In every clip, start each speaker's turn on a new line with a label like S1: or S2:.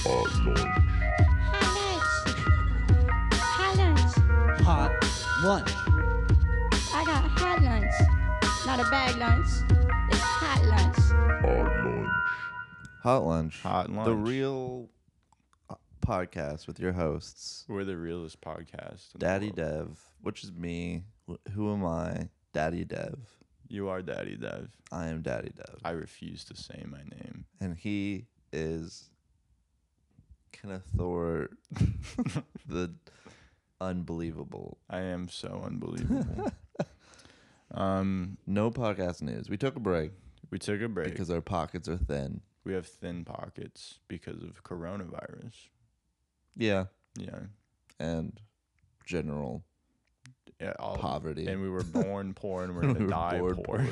S1: story.
S2: Hot lunch. Hot lunch.
S3: Hot lunch.
S2: I got hot lunch. Not a bag lunch. It's hot lunch.
S1: Hard lunch.
S4: Hot lunch.
S5: Hot lunch.
S4: The real uh, podcast with your hosts,
S5: We're the realest podcast. in the
S4: Daddy
S5: world.
S4: Dev, which is me. Wh- Who am I? Daddy Dev.
S5: You are Daddy Dev.
S4: I am Daddy Dev,
S5: I refuse to say my name.
S4: and he is Kenneth Thor, the unbelievable.
S5: I am so unbelievable. um,
S4: No podcast news. We took a break
S5: we took a break.
S4: because our pockets are thin.
S5: we have thin pockets because of coronavirus.
S4: Yeah,
S5: Yeah.
S4: and general
S5: yeah all,
S4: poverty.
S5: Oh, And we were born poor and we're going
S4: We
S5: to
S4: were
S5: die poor.
S4: born poor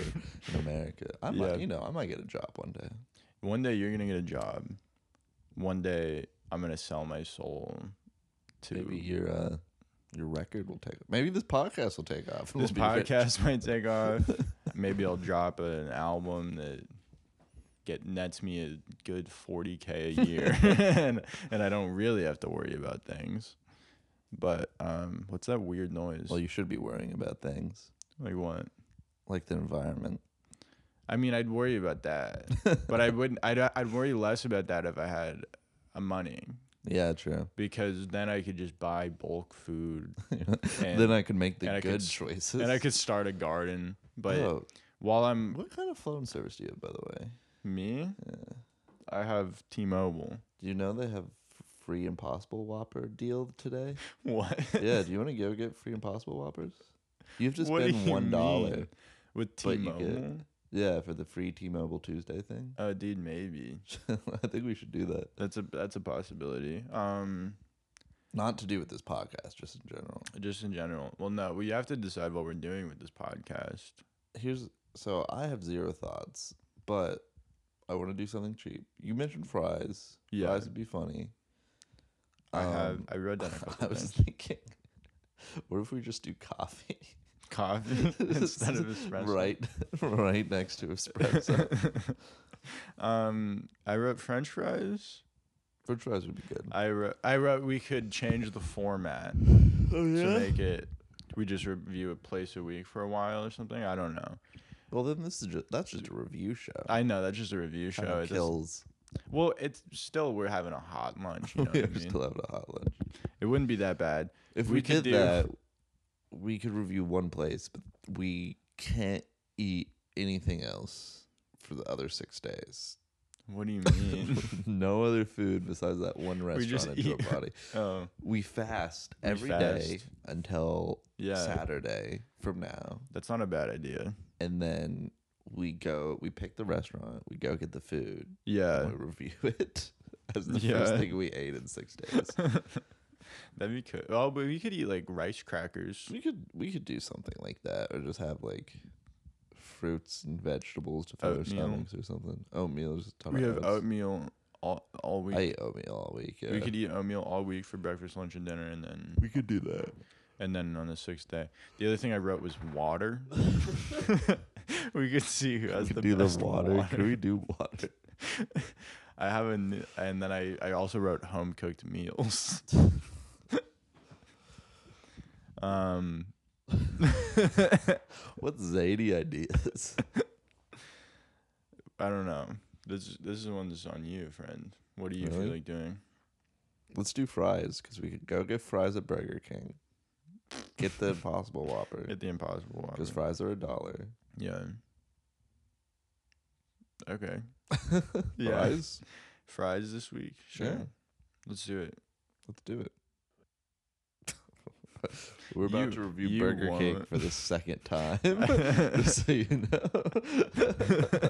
S4: in America. I might,
S5: Yeah.
S4: you know, I might get a job one day.
S5: One day you're going to get a job. One day I'm going to sell my soul to
S4: Maybe your uh, your record will take. Maybe this podcast will take off. and
S5: this
S4: we'll be rich.
S5: podcast might take off. Maybe I'll drop an album that get nets me a good 40k a year, and, and I don't really have to worry about things. But um, what's that weird noise?
S4: Well, you should be worrying about things
S5: like what?
S4: like the environment.
S5: I mean, I'd worry about that, but I wouldn't. I'd I'd worry less about that if I had a money
S4: Yeah, true.
S5: because then I could just buy bulk food
S4: then I could make the
S5: and I
S4: good
S5: could s-
S4: choices.
S5: and I could start a garden. But
S4: Oh,
S5: while I'm
S4: what kind of phone service do you have, by the way?
S5: Me? I have T-Mobile.
S4: Do you know they have f- free Impossible Whopper deal today?
S5: What?
S4: yeah. Do you want to go get free Impossible Whoppers? You've just
S5: What do
S4: been
S5: you
S4: one dollar.
S5: mean? With
S4: But you get-
S5: T-Mobile?
S4: Yeah, for the free T-Mobile Tuesday thing.
S5: Oh, dude, maybe
S4: I think we should do that.
S5: that's a that's a possibility. Um,
S4: Not to do with this podcast, just in general.
S5: just in general. Well, no, we have to decide what we're doing with this podcast.
S4: here's so I have zero thoughts, but I want to do something cheap. You mentioned fries.
S5: Yeah.
S4: fries would be funny.
S5: I have
S4: Um,
S5: I wrote down a
S4: I
S5: couple
S4: was
S5: things.
S4: thinking, what if we just do coffee
S5: Coffee instead of espresso.
S4: Right, right next to espresso.
S5: Um, I wrote French fries.
S4: French fries would be good.
S5: I wrote I wrote we could change the format
S4: Oh
S5: to make it. We just review a place a week for a while or something. I don't know.
S4: Well, then this is just that's just a review show.
S5: I know that's just a review show.
S4: Kinda
S5: It doesn't-
S4: kills.
S5: Well, it's still we're having a hot lunch. You know
S4: we
S5: what I
S4: are
S5: mean?
S4: still having a hot lunch.
S5: it wouldn't be that bad.
S4: If we,
S5: We could
S4: did
S5: do-
S4: that, we could review one place, but we can't eat anything else for the other six days.
S5: What do you mean?
S4: no other food besides that one restaurant
S5: just
S4: into
S5: eat-
S4: a body.
S5: oh,
S4: We fast every day
S5: fast.
S4: until
S5: Yeah.
S4: Saturday from now,
S5: that's not a bad idea.
S4: and then we go. We pick the restaurant. We go get the food.
S5: Yeah,
S4: and we review it as the
S5: Yeah.
S4: first thing we ate in six days.
S5: that'd be cool. Oh, but we could eat like rice crackers.
S4: We could we could do something like that, or just have like fruits and vegetables to fill our
S5: Oatmeal.
S4: stomachs or something. Oatmeal, just a ton
S5: We
S4: of
S5: have
S4: oats.
S5: oatmeal all all week.
S4: I eat oatmeal all week. Yeah.
S5: We could eat oatmeal all week for breakfast, lunch, and dinner, and then
S4: we could do that.
S5: and then on the sixth day. The other thing I wrote was water. we could see who has
S4: we could
S5: the
S4: do the
S5: best
S4: water. Can we do water?
S5: I have a, n- and then I, I also wrote home cooked meals. um,
S4: What zany ideas?
S5: I don't know. This this is one that's on you, friend. What do you feel
S4: Really?
S5: like doing?
S4: Let's do fries because we could go get fries at Burger King. Get the Impossible Whopper
S5: At the Impossible Whopper.
S4: because fries are a dollar.
S5: yeah. Okay. Yeah.
S4: Fries.
S5: Fries this week. Sure.
S4: Yeah.
S5: Let's do it.
S4: Let's do it. We're about
S5: You-
S4: to review
S5: you
S4: Burger King
S5: won't.
S4: for the second time. just so you know.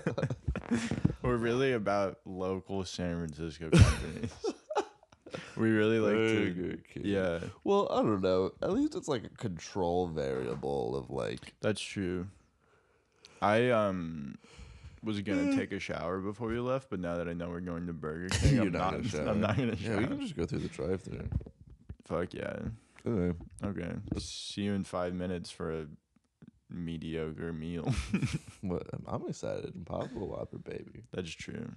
S5: We're really about local San Francisco companies. we really like to.
S4: Burger King.
S5: Yeah,
S4: Well, I don't know. At least it's like a control variable of like
S5: that's true. I um was
S4: Eh.
S5: gonna take a shower before we left, but now that I know we're going to Burger King,
S4: you're
S5: I'm not.
S4: gonna shower.
S5: I'm not gonna
S4: Yeah,
S5: shower.
S4: we can just go through the drive thru.
S5: Fuck yeah.
S4: Anyway,
S5: Okay. See you in five minutes for a mediocre meal.
S4: what- I'm excited. Impossible Whopper, baby.
S5: that's true.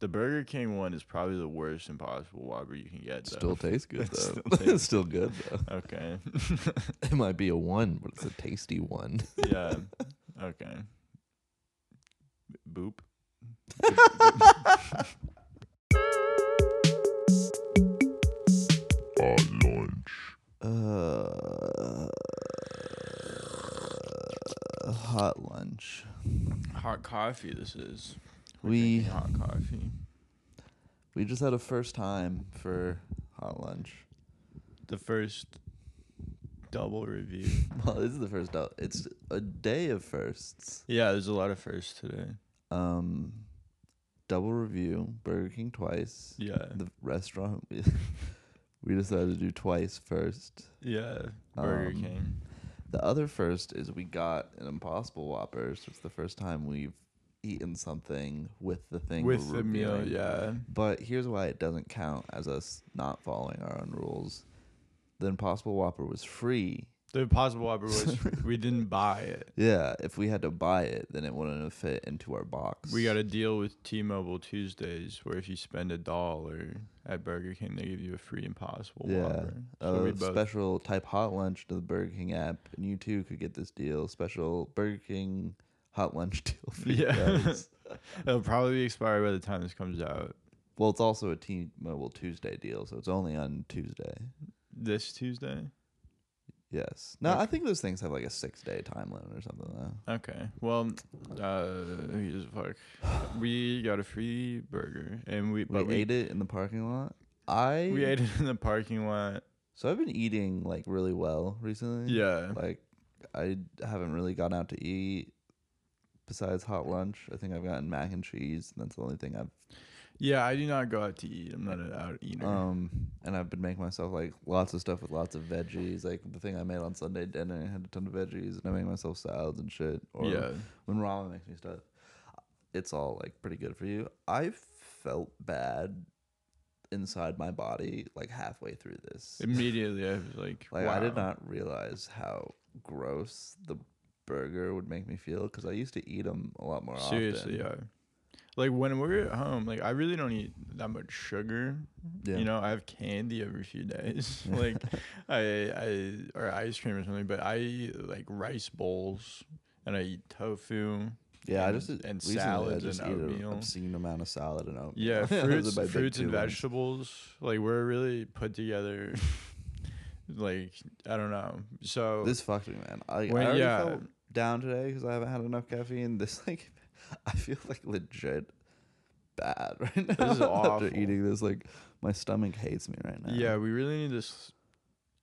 S5: The Burger King one is probably the worst impossible Whopper you can get. Though.
S4: Still tastes good
S5: It's
S4: though.
S5: still
S4: it's still good though.
S5: okay.
S4: It might be a one, but it's a tasty one.
S5: yeah. Okay. Boop.
S4: Uh, hot lunch.
S5: Hot coffee. This is. We're
S4: We-
S5: drinking hot coffee.
S4: We just had a first time for hot lunch.
S5: The first double review.
S4: Well, this is the first. Out. It's a day of firsts.
S5: Yeah, there's a lot of firsts today.
S4: Um, double review Burger King twice.
S5: Yeah.
S4: The restaurant we, we decided to do twice first.
S5: Yeah. Burger
S4: Um,
S5: King.
S4: The other first is we got an Impossible Whopper. So it's the first time we've eaten something with the thing
S5: With
S4: we're
S5: the meal,
S4: reviewing.
S5: yeah.
S4: But here's why it doesn't count as us not following our own rules. The Impossible Whopper was free.
S5: The Impossible Whopper was we didn't buy it.
S4: Yeah, if we had to buy it, then it wouldn't have fit into our box.
S5: We got a deal with T-Mobile Tuesdays where if you spend a dollar at Burger King, they give you a free Impossible
S4: yeah,
S5: Whopper. So we
S4: a
S5: both
S4: special type hot lunch to the Burger King app, and you too could get this deal. Special Burger King hot lunch deal. For you
S5: Yeah.
S4: guys.
S5: it'll probably expire by the time this comes out.
S4: well, it's also a T-Mobile Tuesday deal, so it's only on Tuesday.
S5: This Tuesday.
S4: Yes. No,
S5: Okay.
S4: I think those things have like a six-day time limit or something. Though.
S5: Okay. Well, uh, who gives a fuck? We got a free burger and we
S4: We,
S5: but we
S4: ate it in the parking lot. I
S5: we ate it in the parking lot.
S4: So I've been eating like really well recently.
S5: Yeah.
S4: Like I haven't really gone out to eat besides hot lunch. I think I've gotten mac and cheese, and that's the only thing I've
S5: Yeah, I do not go out to eat. I'm not an out eater.
S4: um and I've been making myself like lots of stuff with lots of veggies. Like the thing I made on Sunday dinner I had a ton of veggies and I make myself salads and shit. Or
S5: yeah.
S4: when ramen makes me stuff. It's all like pretty good for you. I felt bad inside my body like halfway through this.
S5: Immediately I was like,
S4: Like I did
S5: wow.
S4: not realize how gross the burger would make me feel because I used to eat them a lot more
S5: Seriously,
S4: often.
S5: yeah. Like when we're at home, like I really don't eat that much sugar.
S4: Yeah.
S5: You know, I have candy every few days. like I I or ice cream or something, but I eat like rice bowls and I eat tofu.
S4: yeah. I
S5: and-
S4: just
S5: and
S4: recently
S5: salads
S4: I just
S5: and
S4: eat an
S5: oatmeal.
S4: obscene amount of salad and oatmeal.
S5: Yeah,
S4: Those are
S5: fruits,
S4: my big
S5: fruits and
S4: two ones.
S5: vegetables. Like we're really put together. like I don't know. So
S4: This fucked me, man. I, I
S5: When-
S4: already
S5: yeah.
S4: felt down today because I haven't had enough caffeine. This like, I feel like legit bad right now.
S5: is awful.
S4: After eating this, like my stomach hates me right now.
S5: yeah, we really need this.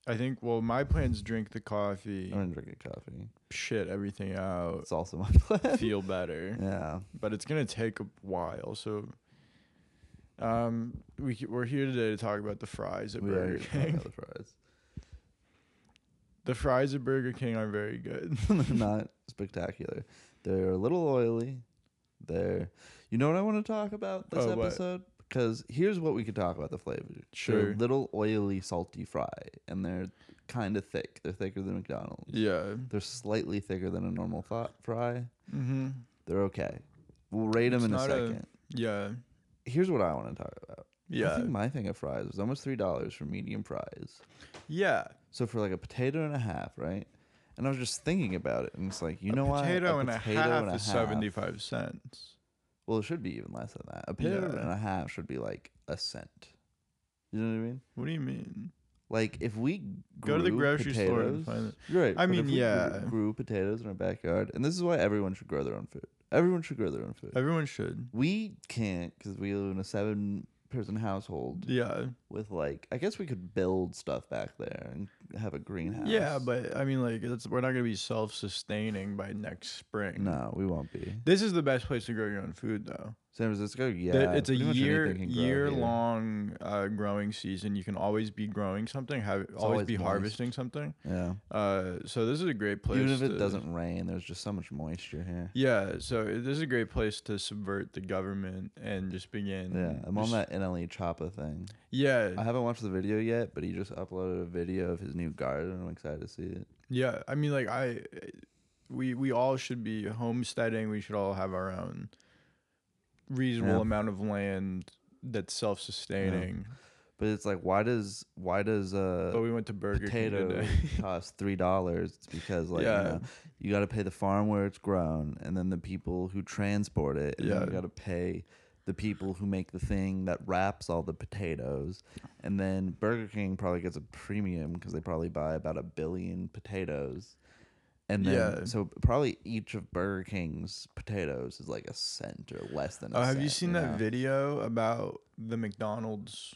S5: I think. Well, my plan's drink the coffee,
S4: I'm gonna drink a coffee.
S5: shit everything out,
S4: It's also my plan.
S5: feel better.
S4: yeah,
S5: but it's gonna take a while. So, um, we c- we're here today to talk about the fries at
S4: we
S5: Burger
S4: already talked
S5: King.
S4: about the fries.
S5: The fries at Burger King are very good.
S4: They're not spectacular. They're a little oily. They're you know what I want to talk about this
S5: Oh, what?
S4: episode? Because here's what we could talk about the flavor. They're
S5: Sure.
S4: little oily salty fry and they're kind of thick. They're thicker than McDonald's.
S5: yeah.
S4: They're slightly thicker than a normal thought fry.
S5: Mm-hmm.
S4: They're okay. We'll rate them
S5: It's
S4: in a
S5: not a-
S4: second.
S5: Yeah.
S4: Here's what I want to talk about. I
S5: Yeah.
S4: think my thing of fries was almost three dollars for medium fries.
S5: Yeah.
S4: So for like a potato and a half, right? And I was just thinking about it, and it's like, you know what?
S5: potato,
S4: a
S5: and,
S4: potato
S5: a half
S4: and a
S5: is
S4: half-
S5: seventy-five cents.
S4: Well, it should be even less than that. A potato
S5: Yeah.
S4: and a half should be like a cent. You know what I mean?
S5: What do you mean?
S4: Like if we
S5: Go
S4: grew
S5: to the grocery
S4: potatoes,
S5: store and find it.
S4: You're right.
S5: I
S4: but
S5: mean,
S4: if we grew-
S5: yeah.
S4: grew, potatoes in our backyard, and this is why everyone should grow their own food. Everyone should grow their own food.
S5: Everyone should.
S4: we can't because we live in a seven-person household
S5: Yeah.
S4: with like I guess we could build stuff back there and have a greenhouse.
S5: Yeah, but I mean, like, it's, we're not gonna be self-sustaining by next spring.
S4: no, we won't be.
S5: This is the best place to grow your own food, though.
S4: San Francisco, yeah,
S5: That it's a
S4: pretty much anything
S5: year
S4: can grow here.
S5: year long uh, growing season. You can always be growing something, have, always,
S4: always
S5: be
S4: moist.
S5: harvesting something.
S4: Yeah,
S5: Uh, so this is a great place.
S4: even if it
S5: to-
S4: doesn't rain, there's just so much moisture here.
S5: Yeah, so it- this is a great place to subvert the government and just begin.
S4: Yeah, I'm on
S5: just-
S4: that NLE Choppa thing. I
S5: Yeah,
S4: haven't watched the video yet, but he just uploaded a video of his new garden. I'm excited to see it.
S5: yeah. I mean, like I, we we all should be homesteading. We should all have our own reasonable
S4: Yeah.
S5: amount of land that's self-sustaining.
S4: But it's like, why does why does
S5: But
S4: uh
S5: we went to Burger King
S4: potato
S5: today.
S4: cost three dollars? It's because like
S5: Yeah.
S4: you, know, you got to pay the farm where it's grown, and then the people who transport it, and
S5: Yeah.
S4: then you got to pay the people who make the thing that wraps all the potatoes, and then Burger King probably gets a premium because they probably buy about a billion potatoes. And then,
S5: Yeah.
S4: so probably each of Burger King's potatoes is like a cent or less than. a
S5: Oh, have you
S4: cent,
S5: seen that
S4: know?
S5: video about the McDonald's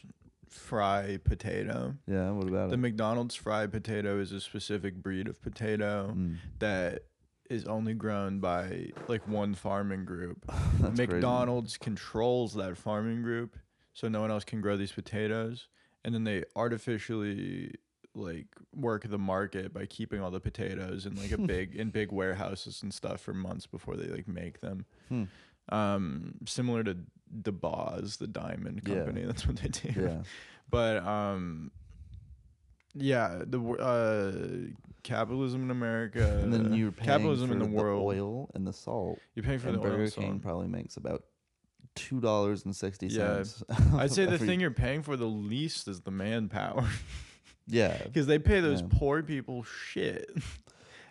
S5: fry potato?
S4: Yeah, what about
S5: The
S4: it?
S5: McDonald's fried potato is a specific breed of potato
S4: Mm.
S5: that is only grown by like one farming group.
S4: That's crazy.
S5: McDonald's controls that farming group, so no one else can grow these potatoes, and then they artificially like work the market by keeping all the potatoes in like a big in big warehouses and stuff for months before they like make them.
S4: Hmm.
S5: Um, similar to DeBoz, the diamond
S4: Yeah.
S5: company, that's what they do
S4: Yeah.
S5: but um yeah the wor- uh capitalism in america
S4: And then you're paying
S5: capitalism
S4: for
S5: in the world
S4: oil and the salt.
S5: you're paying for
S4: and
S5: the
S4: Burger
S5: oil
S4: King
S5: song.
S4: probably makes about two dollars and sixty cents.
S5: i'd say the thing you're paying for the least is the manpower
S4: yeah.
S5: because they pay those
S4: Yeah.
S5: poor people shit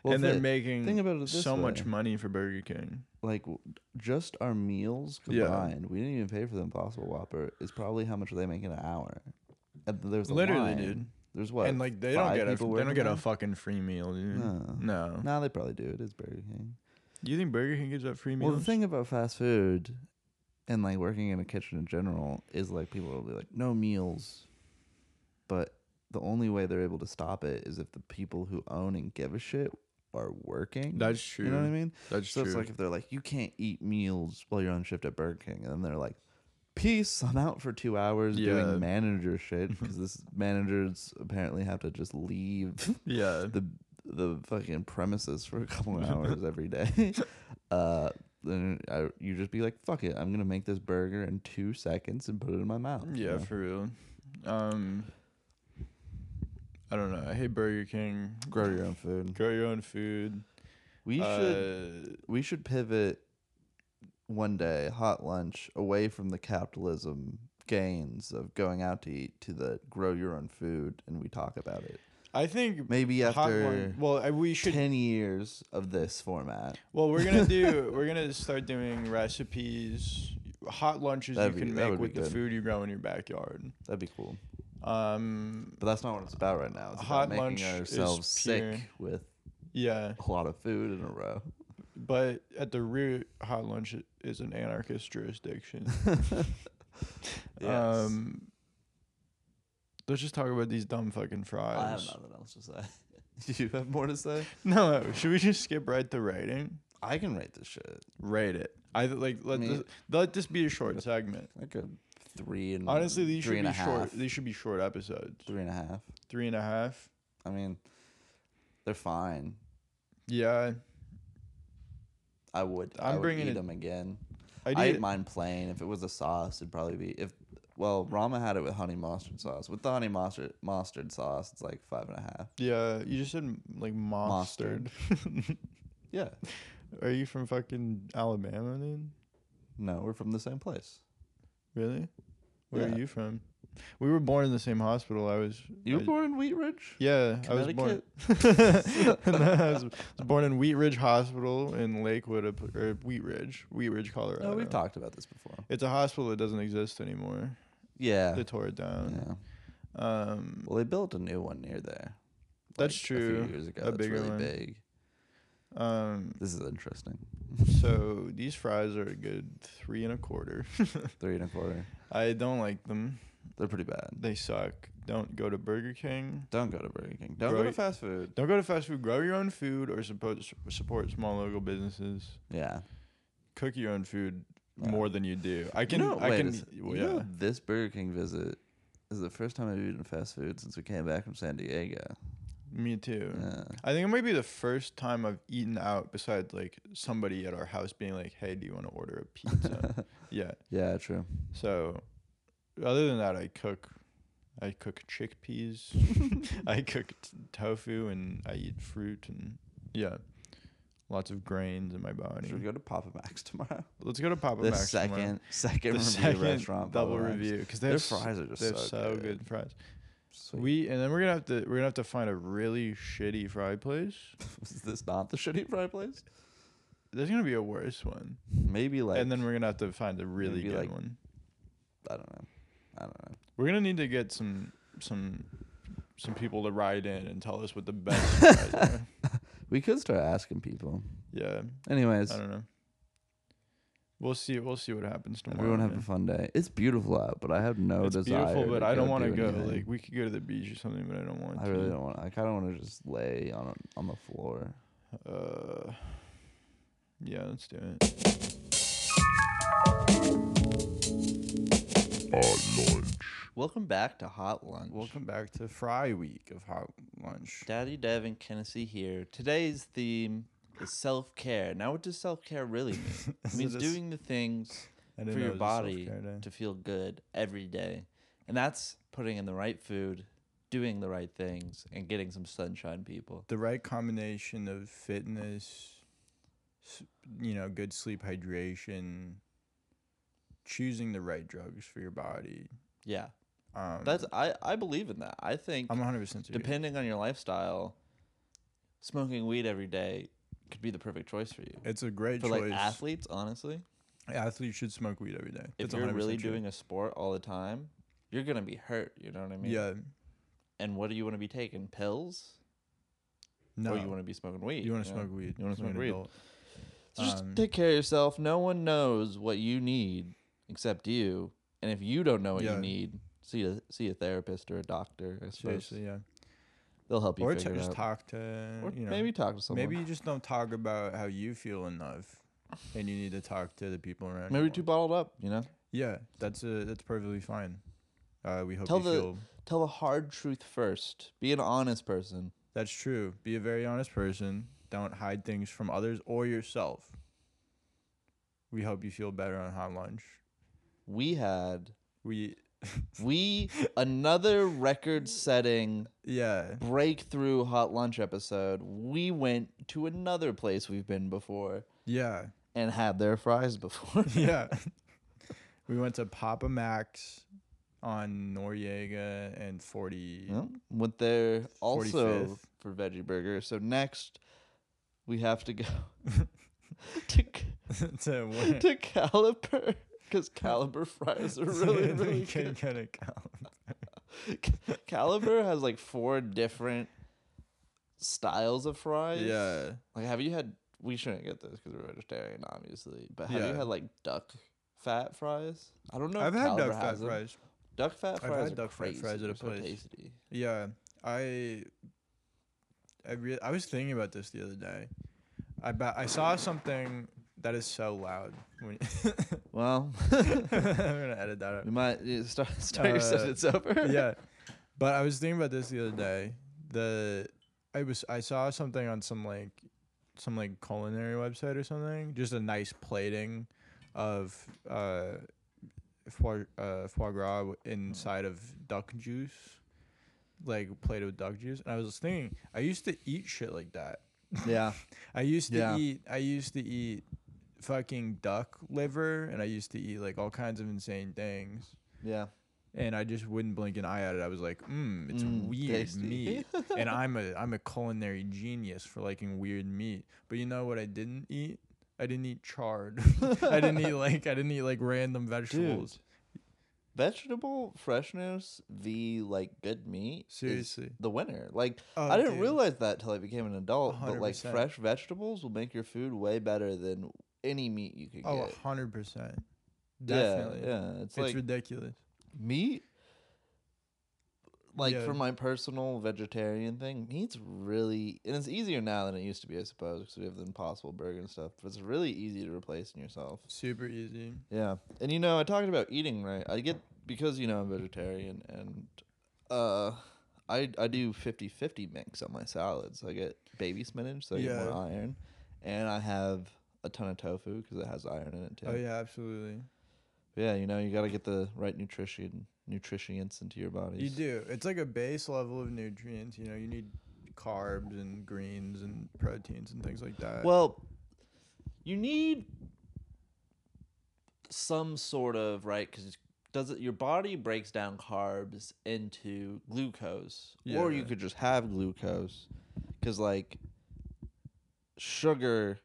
S4: Well,
S5: and they're
S4: thi-
S5: making
S4: think about it this
S5: so much
S4: way.
S5: money for burger king
S4: like w- just our meals
S5: Yeah.
S4: combined. We didn't even pay for the Impossible Whopper. Is probably how much they make in an hour. And th- there's a
S5: Literally,
S4: line.
S5: dude.
S4: There's what
S5: and like they don't
S4: five
S5: get a
S4: people
S5: they don't
S4: working
S5: get a
S4: there?
S5: fucking free meal dude.
S4: No.
S5: no
S4: No, they probably do. It is Burger King.
S5: do you think burger king gives out free meals
S4: Well, the thing about fast food and like working in a kitchen in general is like people will be like, no meals. But the only way they're able to stop it is if the people who own and give a shit are working.
S5: that's true
S4: You know what I mean?
S5: that's
S4: so
S5: true
S4: it's like if they're like, you can't eat meals while you're on shift at Burger King. And then they're like, peace, I'm out for two hours
S5: Yeah.
S4: doing manager shit because this managers apparently have to just leave
S5: yeah
S4: the the fucking premises for a couple of hours every day. Uh, then I, you just be like, fuck it, I'm gonna make this burger in two seconds and put it in my mouth. you
S5: Yeah,
S4: know?
S5: for real. Um, I don't know. I hate Burger King.
S4: grow your own food.
S5: Grow your own food. Uh,
S4: We should
S5: should.
S4: we should pivot one day, hot lunch, away from the capitalism gains of going out to eat to the grow your own food, and we talk about it.
S5: I think
S4: Maybe
S5: hot lun-
S4: after
S5: well, I- we should.
S4: ten years of this format.
S5: Well, we're gonna do. We're gonna start doing recipes, hot lunches
S4: That'd
S5: you
S4: be-
S5: can
S4: that
S5: make
S4: would be
S5: with the
S4: good.
S5: food you grow in your backyard.
S4: That'd be cool.
S5: Um,
S4: But that's not what it's about right now. It's
S5: Hot
S4: about making
S5: lunch is
S4: ourselves sick
S5: pure-
S4: with
S5: yeah,
S4: a lot of food in a row.
S5: but at the root, hot lunch i- is an anarchist jurisdiction. Um, let's just talk about these dumb fucking fries.
S4: I have nothing else to say. Do you have more to say?
S5: No, should we just skip right to rating?
S4: I can rate this shit.
S5: Rate it. I th- like let
S4: Me-
S5: this let this be a short segment.
S4: Like a three and
S5: Honestly, these
S4: Mm, three
S5: should
S4: and
S5: be
S4: a
S5: short.
S4: half.
S5: These should be short episodes.
S4: three and a half.
S5: Three and a half.
S4: I mean, they're fine.
S5: Yeah,
S4: I would.
S5: I'm
S4: i would
S5: bringing
S4: eat
S5: it-
S4: them again.
S5: I
S4: I
S5: did.
S4: ate mine plain. If it was a sauce, it'd probably be if. Well, Rama had it with honey mustard sauce. With the honey mustard mustard sauce, it's like five and a half.
S5: yeah, you just said m- like mustard.
S4: Mustard. Yeah.
S5: Are you from fucking Alabama, dude?
S4: No, we're from the same place.
S5: Really? Where
S4: Yeah.
S5: are you from? We were born in the same hospital. I was.
S4: You were
S5: I-
S4: born in Wheat Ridge?
S5: Yeah, I was born. No, I was was born in Wheat Ridge Hospital in Lakewood, uh, or Wheat Ridge, Wheat Ridge, Colorado.
S4: No, we've talked about this before.
S5: It's a hospital that doesn't exist anymore.
S4: Yeah.
S5: They tore it down.
S4: yeah.
S5: Um,
S4: Well, they built a new one near there.
S5: That's
S4: A
S5: true.
S4: few years ago,
S5: A
S4: that's
S5: bigger
S4: really
S5: one.
S4: big.
S5: um,
S4: This is interesting.
S5: so these fries are a good three and a quarter.
S4: Three and a quarter.
S5: I don't like them.
S4: They're pretty bad.
S5: They suck. Don't go to Burger King.
S4: Don't go to Burger King. Don't go
S5: Right.
S4: to fast food.
S5: Don't go to fast food. Grow your own food or support support small local businesses.
S4: Yeah.
S5: Cook your own food
S4: Yeah.
S5: more than you do. I
S4: You
S5: can.
S4: know-
S5: I
S4: wait a
S5: can.
S4: sec-
S5: well,
S4: you
S5: yeah.
S4: know this Burger King visit is the first time I've eaten fast food since we came back from San Diego.
S5: Me too.
S4: Yeah.
S5: I think it might be the first time I've eaten out besides like somebody at our house being like, "Hey, do you want to order a pizza?" yeah.
S4: Yeah, true.
S5: So, other than that, I cook. I cook chickpeas. I cook t- tofu, and I eat fruit, and yeah, lots of grains in my body.
S6: Should we go to Papa Max tomorrow?
S5: Let's go to Papa
S6: the
S5: Max tomorrow.
S6: second, second
S5: the
S6: review
S5: second
S6: restaurant. Papa
S5: double
S6: Max.
S5: review because
S6: Their fries are just
S5: they're
S6: so
S5: so
S6: good.
S5: good fries.
S6: Sweet.
S5: We and then we're gonna have to we're gonna have to find a really shitty fry place.
S6: Is this not the shitty fry place?
S5: There's gonna be a worse one,
S6: Maybe like
S5: and then we're gonna have to find a really
S6: maybe
S5: good
S6: like-
S5: one.
S6: I don't know. I don't know.
S5: We're gonna need to get some some some people to ride in and tell us what the best. fries are.
S6: We could start asking people.
S5: Yeah,
S6: Anyways,
S5: I don't know. We'll see. We'll see what happens tomorrow.
S6: everyone have
S5: man.
S6: a fun day. It's beautiful out, but I have no
S5: it's
S6: desire.
S5: beautiful, but
S6: to
S5: I don't
S6: want to
S5: go.
S6: anything.
S5: Like we could go to the beach or something, but I don't want.
S6: I
S5: to.
S6: really don't want. I kind of want to just lay on a, on the floor.
S5: Uh, yeah, let's do it.
S6: Welcome back to Hot Lunch.
S5: Welcome back to Fry Week of Hot Lunch.
S6: Daddy Dev and Kennedy here. Today's theme is self care. Now, what does self care really mean? it means
S5: it a s-
S6: doing the things
S5: I didn't
S6: for
S5: know
S6: your
S5: it was a
S6: body
S5: self-care day.
S6: to feel good every day. And that's putting in the right food, doing the right things, and getting some sunshine, people.
S5: The right combination of fitness, s- you know, good sleep, hydration, choosing the right drugs for your body.
S4: Yeah,
S5: Um,
S4: that's I I believe in that. I think
S5: I'm 100 percent
S4: depending on your lifestyle, smoking weed every day could be the perfect choice for you.
S5: It's a great
S4: For
S5: choice.
S4: like athletes, honestly,
S5: Athletes should smoke weed every day.
S4: if
S5: That's
S4: you're
S5: 100%
S4: really
S5: true.
S4: doing a sport all the time, you're gonna be hurt. You know what I mean?
S5: yeah,
S4: And what do you want to be taking? Pills?
S5: no,
S4: Or oh, you want to be smoking weed?
S5: you want to
S4: know?
S5: smoke weed.
S4: You wanna
S5: as an
S4: smoke weed.
S5: adult.
S4: So just
S5: um,
S4: take care of yourself. No one knows what you need except you. And if you don't know what
S5: Yeah.
S4: you need, see a see a therapist or a doctor. I suppose
S5: Seriously, yeah.
S4: they'll help you
S5: Or
S4: figure
S5: t-
S4: it
S5: just
S4: out.
S5: talk to
S4: or
S5: you know
S4: maybe talk to someone.
S5: Maybe you just don't talk about how you feel enough, and you need to talk to the people around.
S4: maybe
S5: you
S4: too
S5: more.
S4: bottled up. You know.
S5: Yeah, that's uh that's perfectly fine. Uh, we hope
S4: Tell
S5: you
S4: the-
S5: feel
S4: tell the hard truth first. Be an honest person.
S5: that's true. Be a very honest person. Don't hide things from others or yourself. We hope you feel better on hot lunch.
S4: We had
S5: We
S4: we another record-setting
S5: yeah
S4: breakthrough hot lunch episode. We went to another place we've been before
S5: yeah
S4: and had their fries before.
S5: yeah. we went to Papa Max on Noriega and forty.
S4: Yep. Went there also
S5: 45th.
S4: for veggie burger. So next we have to go to
S5: to where?
S4: to Caliper because Caliber fries are really really
S5: Can
S4: good.
S5: get a count.
S4: Caliber has like four different styles of fries.
S5: Yeah.
S4: Like, have you had? We shouldn't get this because we're vegetarian, obviously. But have
S5: Yeah.
S4: you had like duck fat fries? I don't know.
S5: I've
S4: if
S5: had
S4: Caliber
S5: duck fat
S4: has them.
S5: fries.
S4: Duck fat
S5: I've
S4: fries.
S5: had
S4: are
S5: duck fat
S4: crazy.
S5: fries at a
S4: They're so
S5: place.
S4: tasty.
S5: Yeah, I, I re- I was thinking about this the other day. I ba- I saw something that is so loud. When
S4: Well,
S5: I'm gonna edit that
S4: we
S5: out.
S4: might you start start your
S5: Uh,
S4: sentence over.
S5: Yeah, but I was thinking about this the other day. The I was I saw something on some like some like culinary website or something. Just a nice plating of uh foie uh, foie gras w- inside of duck juice, like plated with duck juice. And I was thinking, I used to eat shit like that.
S4: yeah.
S5: I used to
S4: Yeah.
S5: eat. I used to eat fucking duck liver, and I used to eat like all kinds of insane things.
S4: Yeah.
S5: And I just wouldn't blink an eye at it. I was like, mm, it's
S4: Mm,
S5: weird
S4: tasty."
S5: meat. and I'm a I'm a culinary genius for liking weird meat. But you know what I didn't eat? I didn't eat chard. I didn't eat like I didn't eat like random vegetables.
S4: Vegetable freshness v like good meat. is
S5: Seriously.
S4: the winner. Like
S5: Oh,
S4: I didn't
S5: dude.
S4: realize that till I became an adult. But like
S5: 100%.
S4: fresh vegetables will make your food way better than any meat you could
S5: Oh,
S4: get.
S5: hundred percent.
S4: Yeah,
S5: Definitely.
S4: Yeah, It's,
S5: It's
S4: like
S5: ridiculous.
S4: meat. Like
S5: Yeah.
S4: for my personal vegetarian thing, meat's really and it's easier now than it used to be, I suppose, because we have the Impossible Burger and stuff. But it's really easy to replace in yourself.
S5: Super easy.
S4: Yeah. And you know, I talked about eating, right? I get because you know I'm vegetarian and uh I I do 50-50 mix on my salads. I get baby spinach, so I get
S5: Yeah.
S4: more iron, and I have a ton of tofu because it has iron in it too.
S5: Oh yeah, absolutely.
S4: Yeah, you know, you got to get the right nutrition nutrients into your body.
S5: You do. It's like a base level of nutrients. You know, you need carbs and greens and proteins and things like that.
S4: Well, you need some sort of right because does it your body breaks down carbs into glucose, or you
S5: Yeah.
S4: could just have glucose because like sugar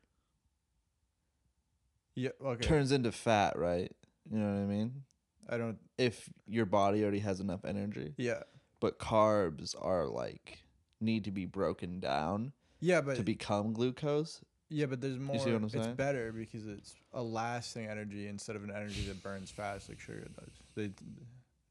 S5: yeah, okay.
S4: turns into fat, right? You know what I mean?
S5: I don't.
S4: If your body already has enough energy,
S5: Yeah,
S4: but carbs are like need to be broken down
S5: yeah, but
S4: to become glucose.
S5: yeah, but there's more.
S4: see what I'm
S5: it's
S4: saying?
S5: better because it's a lasting energy instead of an energy that burns fast like sugar does. They,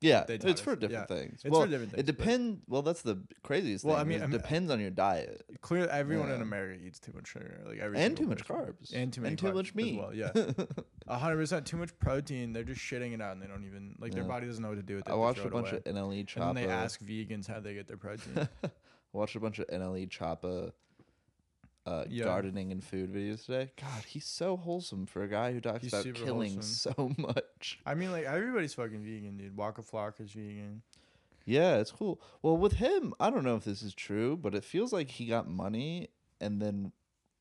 S4: Yeah,
S5: they taught
S4: it's for
S5: us. Yeah,
S4: different things.
S5: it's for
S4: well,
S5: different
S4: It
S5: things, but-
S4: depends. Well, that's the craziest
S5: Well, I
S4: thing.
S5: mean- uh,
S4: is
S5: I
S4: it
S5: mean-
S4: depends on your diet
S5: clearly, everyone in
S4: Yeah.
S5: America eats too much sugar, like every
S4: and too
S5: single
S4: much
S5: person.
S4: carbs
S5: and too many
S4: too
S5: carbs
S4: much
S5: as
S4: meat.
S5: well, yeah. A hundred percent. Too much protein. They're just shitting it out, and they don't even like their
S4: Yeah.
S5: body doesn't know what to do with it.
S4: I
S5: they
S4: watched
S5: throw
S4: a
S5: it
S4: bunch
S5: away.
S4: of NLE Choppa.
S5: And then they ask vegans how they get their protein.
S4: watched a bunch of NLE Choppa uh,
S5: Yeah.
S4: gardening and food videos today. God, he's so wholesome for a guy who talks
S5: He's
S4: about
S5: super
S4: killing
S5: wholesome.
S4: so much.
S5: I mean, like everybody's fucking vegan, dude. Waka Flocka's vegan.
S4: Yeah, it's cool. Well, with him, I don't know if this is true, but it feels like he got money and then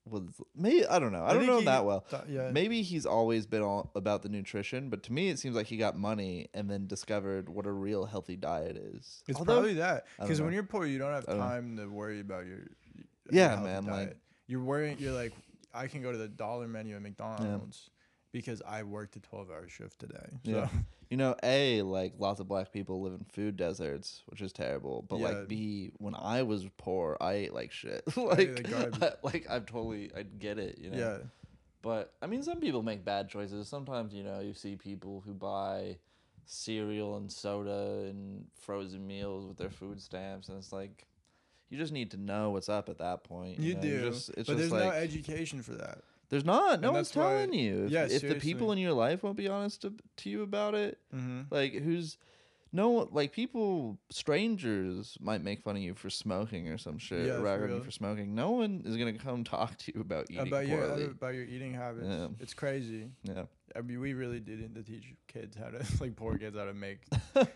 S4: was maybe I don't know. I, don't
S5: think
S4: know him
S5: he
S4: that well.
S5: thought- yeah.
S4: Maybe he's always been all about the nutrition, but to me, it seems like he got money and then discovered what a real healthy diet is.
S5: It's
S4: Although-
S5: probably that
S4: don't
S5: because
S4: know.
S5: when you're poor, you don't have
S4: don't know.
S5: time to worry about your. your
S4: Yeah,
S5: healthy
S4: man, like-
S5: diet. you're worrying. You're like, I can go to the dollar menu at McDonald's because I worked a 12-hour shift today. So.
S4: Yeah. You know, A, like lots of black people live in food deserts, which is terrible. But
S5: Yeah.
S4: like B, when I was poor, I ate like shit.
S5: ate
S4: like,
S5: like garbage.
S4: I, like I'm totally, I get it. You know.
S5: Yeah.
S4: But I mean, some people make bad choices. Sometimes you know you see people who buy cereal and soda and frozen meals with their food stamps, and it's like you just need to know what's up at that point.
S5: You
S4: know?
S5: do,
S4: You're just, it's
S5: but
S4: just
S5: there's
S4: like
S5: no education for that.
S4: there's not. No
S5: and
S4: one's
S5: that's why-
S4: telling you. If,
S5: Yeah,
S4: if the people
S5: seriously.
S4: in your life won't be honest to, to you about it,
S5: Mm-hmm.
S4: like who's no one- like people strangers might make fun of you for smoking or some shit
S5: Yeah,
S4: or
S5: for
S4: rag on you
S5: real.
S4: for smoking. No one is gonna come talk to you about eating
S5: About your
S4: poorly.
S5: about your eating habits,
S4: Yeah.
S5: it's crazy.
S4: yeah.
S5: I mean, we really did need to teach kids how to like poor kids how to make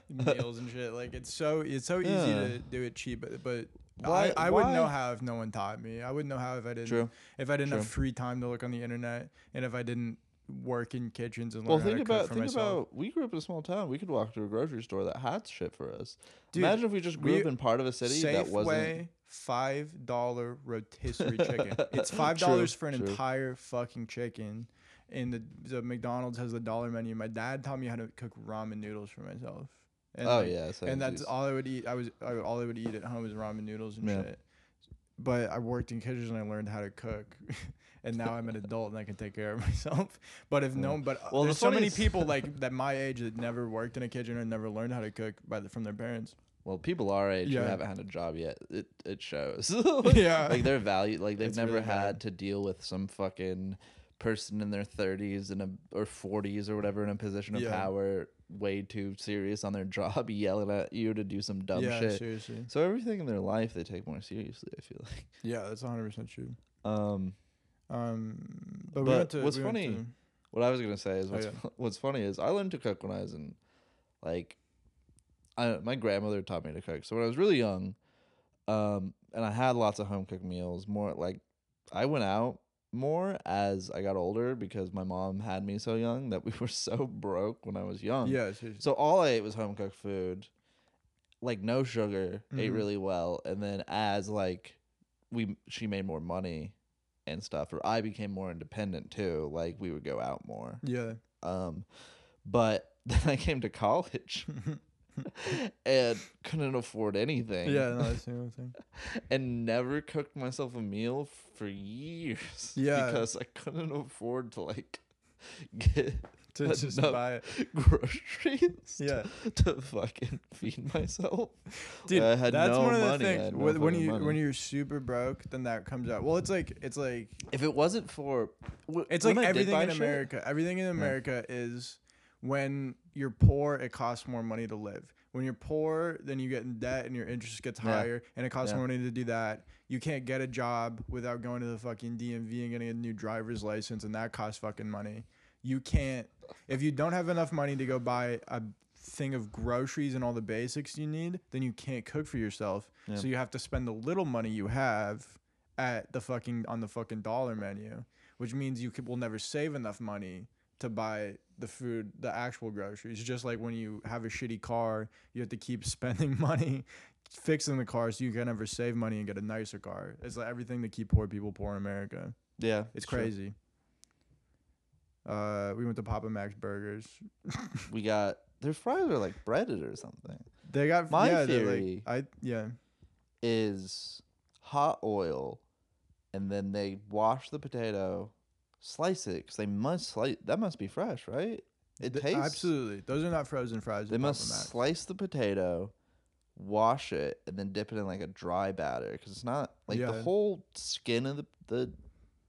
S5: meals and shit. Like it's so it's so easy
S4: Yeah.
S5: to do it cheap, but, but
S4: Why-
S5: I, I wouldn't know
S4: why-
S5: how if no one taught me. I wouldn't know how if I didn't
S4: True.
S5: if I didn't have
S4: True.
S5: free time to look on the internet and if I didn't work in kitchens and
S4: Well,
S5: learn how
S4: think
S5: to
S4: about
S5: cook for
S4: think
S5: myself.
S4: about. We grew up in a small town. We could walk to a grocery store that had shit for us.
S5: Dude,
S4: Imagine if we just grew
S5: we-
S4: up in part of a city that wasn't.
S5: Safeway five dollar rotisserie chicken. It's five dollars for an
S4: true.
S5: entire fucking chicken. And the, the McDonald's has a dollar menu. My dad taught me how to cook ramen noodles for myself. And
S4: oh
S5: like,
S4: yeah, so
S5: and that's all I would eat. I was I, all I would eat at home was ramen noodles and
S4: Yeah.
S5: shit. But I worked in kitchens and I learned how to cook, and now I'm an adult and I can take care of myself. But if no, but
S4: Well,
S5: well,
S4: the
S5: there's so many
S4: funniest-
S5: people like that my age that never worked in a kitchen or never learned how to cook by the, from their parents.
S4: Well, people our age who
S5: Yeah.
S4: haven't had a job yet, it it shows.
S5: Yeah.
S4: like their value, like they've
S5: It's
S4: never
S5: really
S4: had
S5: bad.
S4: to deal with some fucking person in their 30s and a or 40s or whatever in a position of
S5: Yeah.
S4: power, way too serious on their job, yelling at you to do some dumb
S5: yeah,
S4: shit.
S5: seriously.
S4: So everything in their life they take more seriously. I feel like.
S5: Yeah, that's 100 percent true.
S4: Um,
S5: Um, but,
S4: But
S5: we went to,
S4: what's
S5: we went
S4: funny-
S5: to-
S4: What I was gonna say is
S5: Oh,
S4: what's,
S5: yeah.
S4: what's funny is I learned to cook when I was in, like, I, my grandmother taught me to cook. So when I was really young, um, and I had lots of home cooked meals. More like, I went out more as I got older because my mom had me so young that we were so broke when I was young.
S5: yeah, seriously.
S4: So all I ate was home cooked food, like no sugar. Ate
S5: Mhm.
S4: really well, and then as like we she made more money and stuff, or I became more independent too. Like we would go out more.
S5: yeah,
S4: Um, but then I came to college and couldn't afford anything.
S5: yeah, no, that's the only thing.
S4: And never cooked myself a meal for years.
S5: Yeah.
S4: Because I couldn't afford to like get
S5: To just
S4: Enough.
S5: buy it.
S4: groceries
S5: Yeah.
S4: to fucking feed myself.
S5: dude
S4: I had
S5: that's
S4: no
S5: one of the
S4: money, I
S5: things
S4: had no
S5: when, when
S4: fucking
S5: you
S4: money.
S5: when you're super broke then that comes out well it's like it's like
S4: If it wasn't for, w-
S5: it's
S4: when
S5: like
S4: I did
S5: everything
S4: buy
S5: in
S4: shit-
S5: america everything in america is when you're poor it costs more money to live when you're poor then you get in debt and your interest gets
S4: Yeah.
S5: higher and it costs
S4: Yeah.
S5: more money to do that you can't get a job without going to the fucking dmv and getting a new driver's license and that costs fucking money you can't if you don't have enough money to go buy a thing of groceries and all the basics you need, then you can't cook for yourself.
S4: Yeah.
S5: So you have to spend the little money you have at the fucking on the fucking dollar menu, which means you could, will never save enough money to buy the food, the actual groceries. Just like when you have a shitty car, you have to keep spending money fixing the car so you can never save money and get a nicer car. It's like everything to keep poor people poor in America.
S4: Yeah,
S5: It's
S4: true.
S5: crazy. Uh, we went to Papa Max Burgers.
S4: We got their fries are like breaded or something.
S5: They got
S4: My
S5: yeah, they're
S4: theory-
S5: Like, I yeah.
S4: Is hot oil, and then they wash the potato, slice it because they must slice. That must be fresh, right? It
S5: Th-
S4: tastes
S5: absolutely. Those are not frozen fries.
S4: They
S5: at Papa
S4: must
S5: Max.
S4: slice the potato, wash it, and then dip it in like a dry batter because it's not like
S5: Yeah.
S4: the whole skin of the, the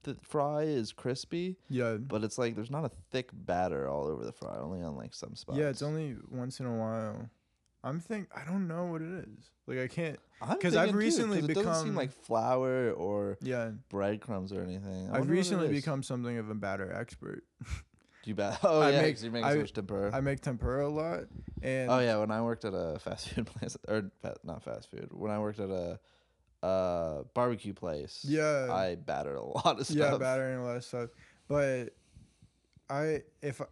S4: the fry is crispy,
S5: yeah.
S4: but it's like there's not a thick batter all over the fry, only on like some spots.
S5: Yeah, it's only once in a while. I'm think I don't know what it is. Like I can't.
S4: because I've recently it doesn't
S5: become-
S4: seem like flour or
S5: Yeah,
S4: breadcrumbs or anything. I wonder what
S5: I've
S4: it
S5: recently
S4: is.
S5: become something of a batter expert.
S4: Do you bet? Oh
S5: I
S4: yeah,
S5: make-
S4: 'cause you're making
S5: I-
S4: so much tempura.
S5: I make tempura a lot, and
S4: Oh yeah, when I worked at a fast food place, or fa- not fast food, when I worked at a uh, barbecue place,
S5: Yeah.
S4: I battered a lot of stuff.
S5: yeah, battering a lot of stuff. But I if I-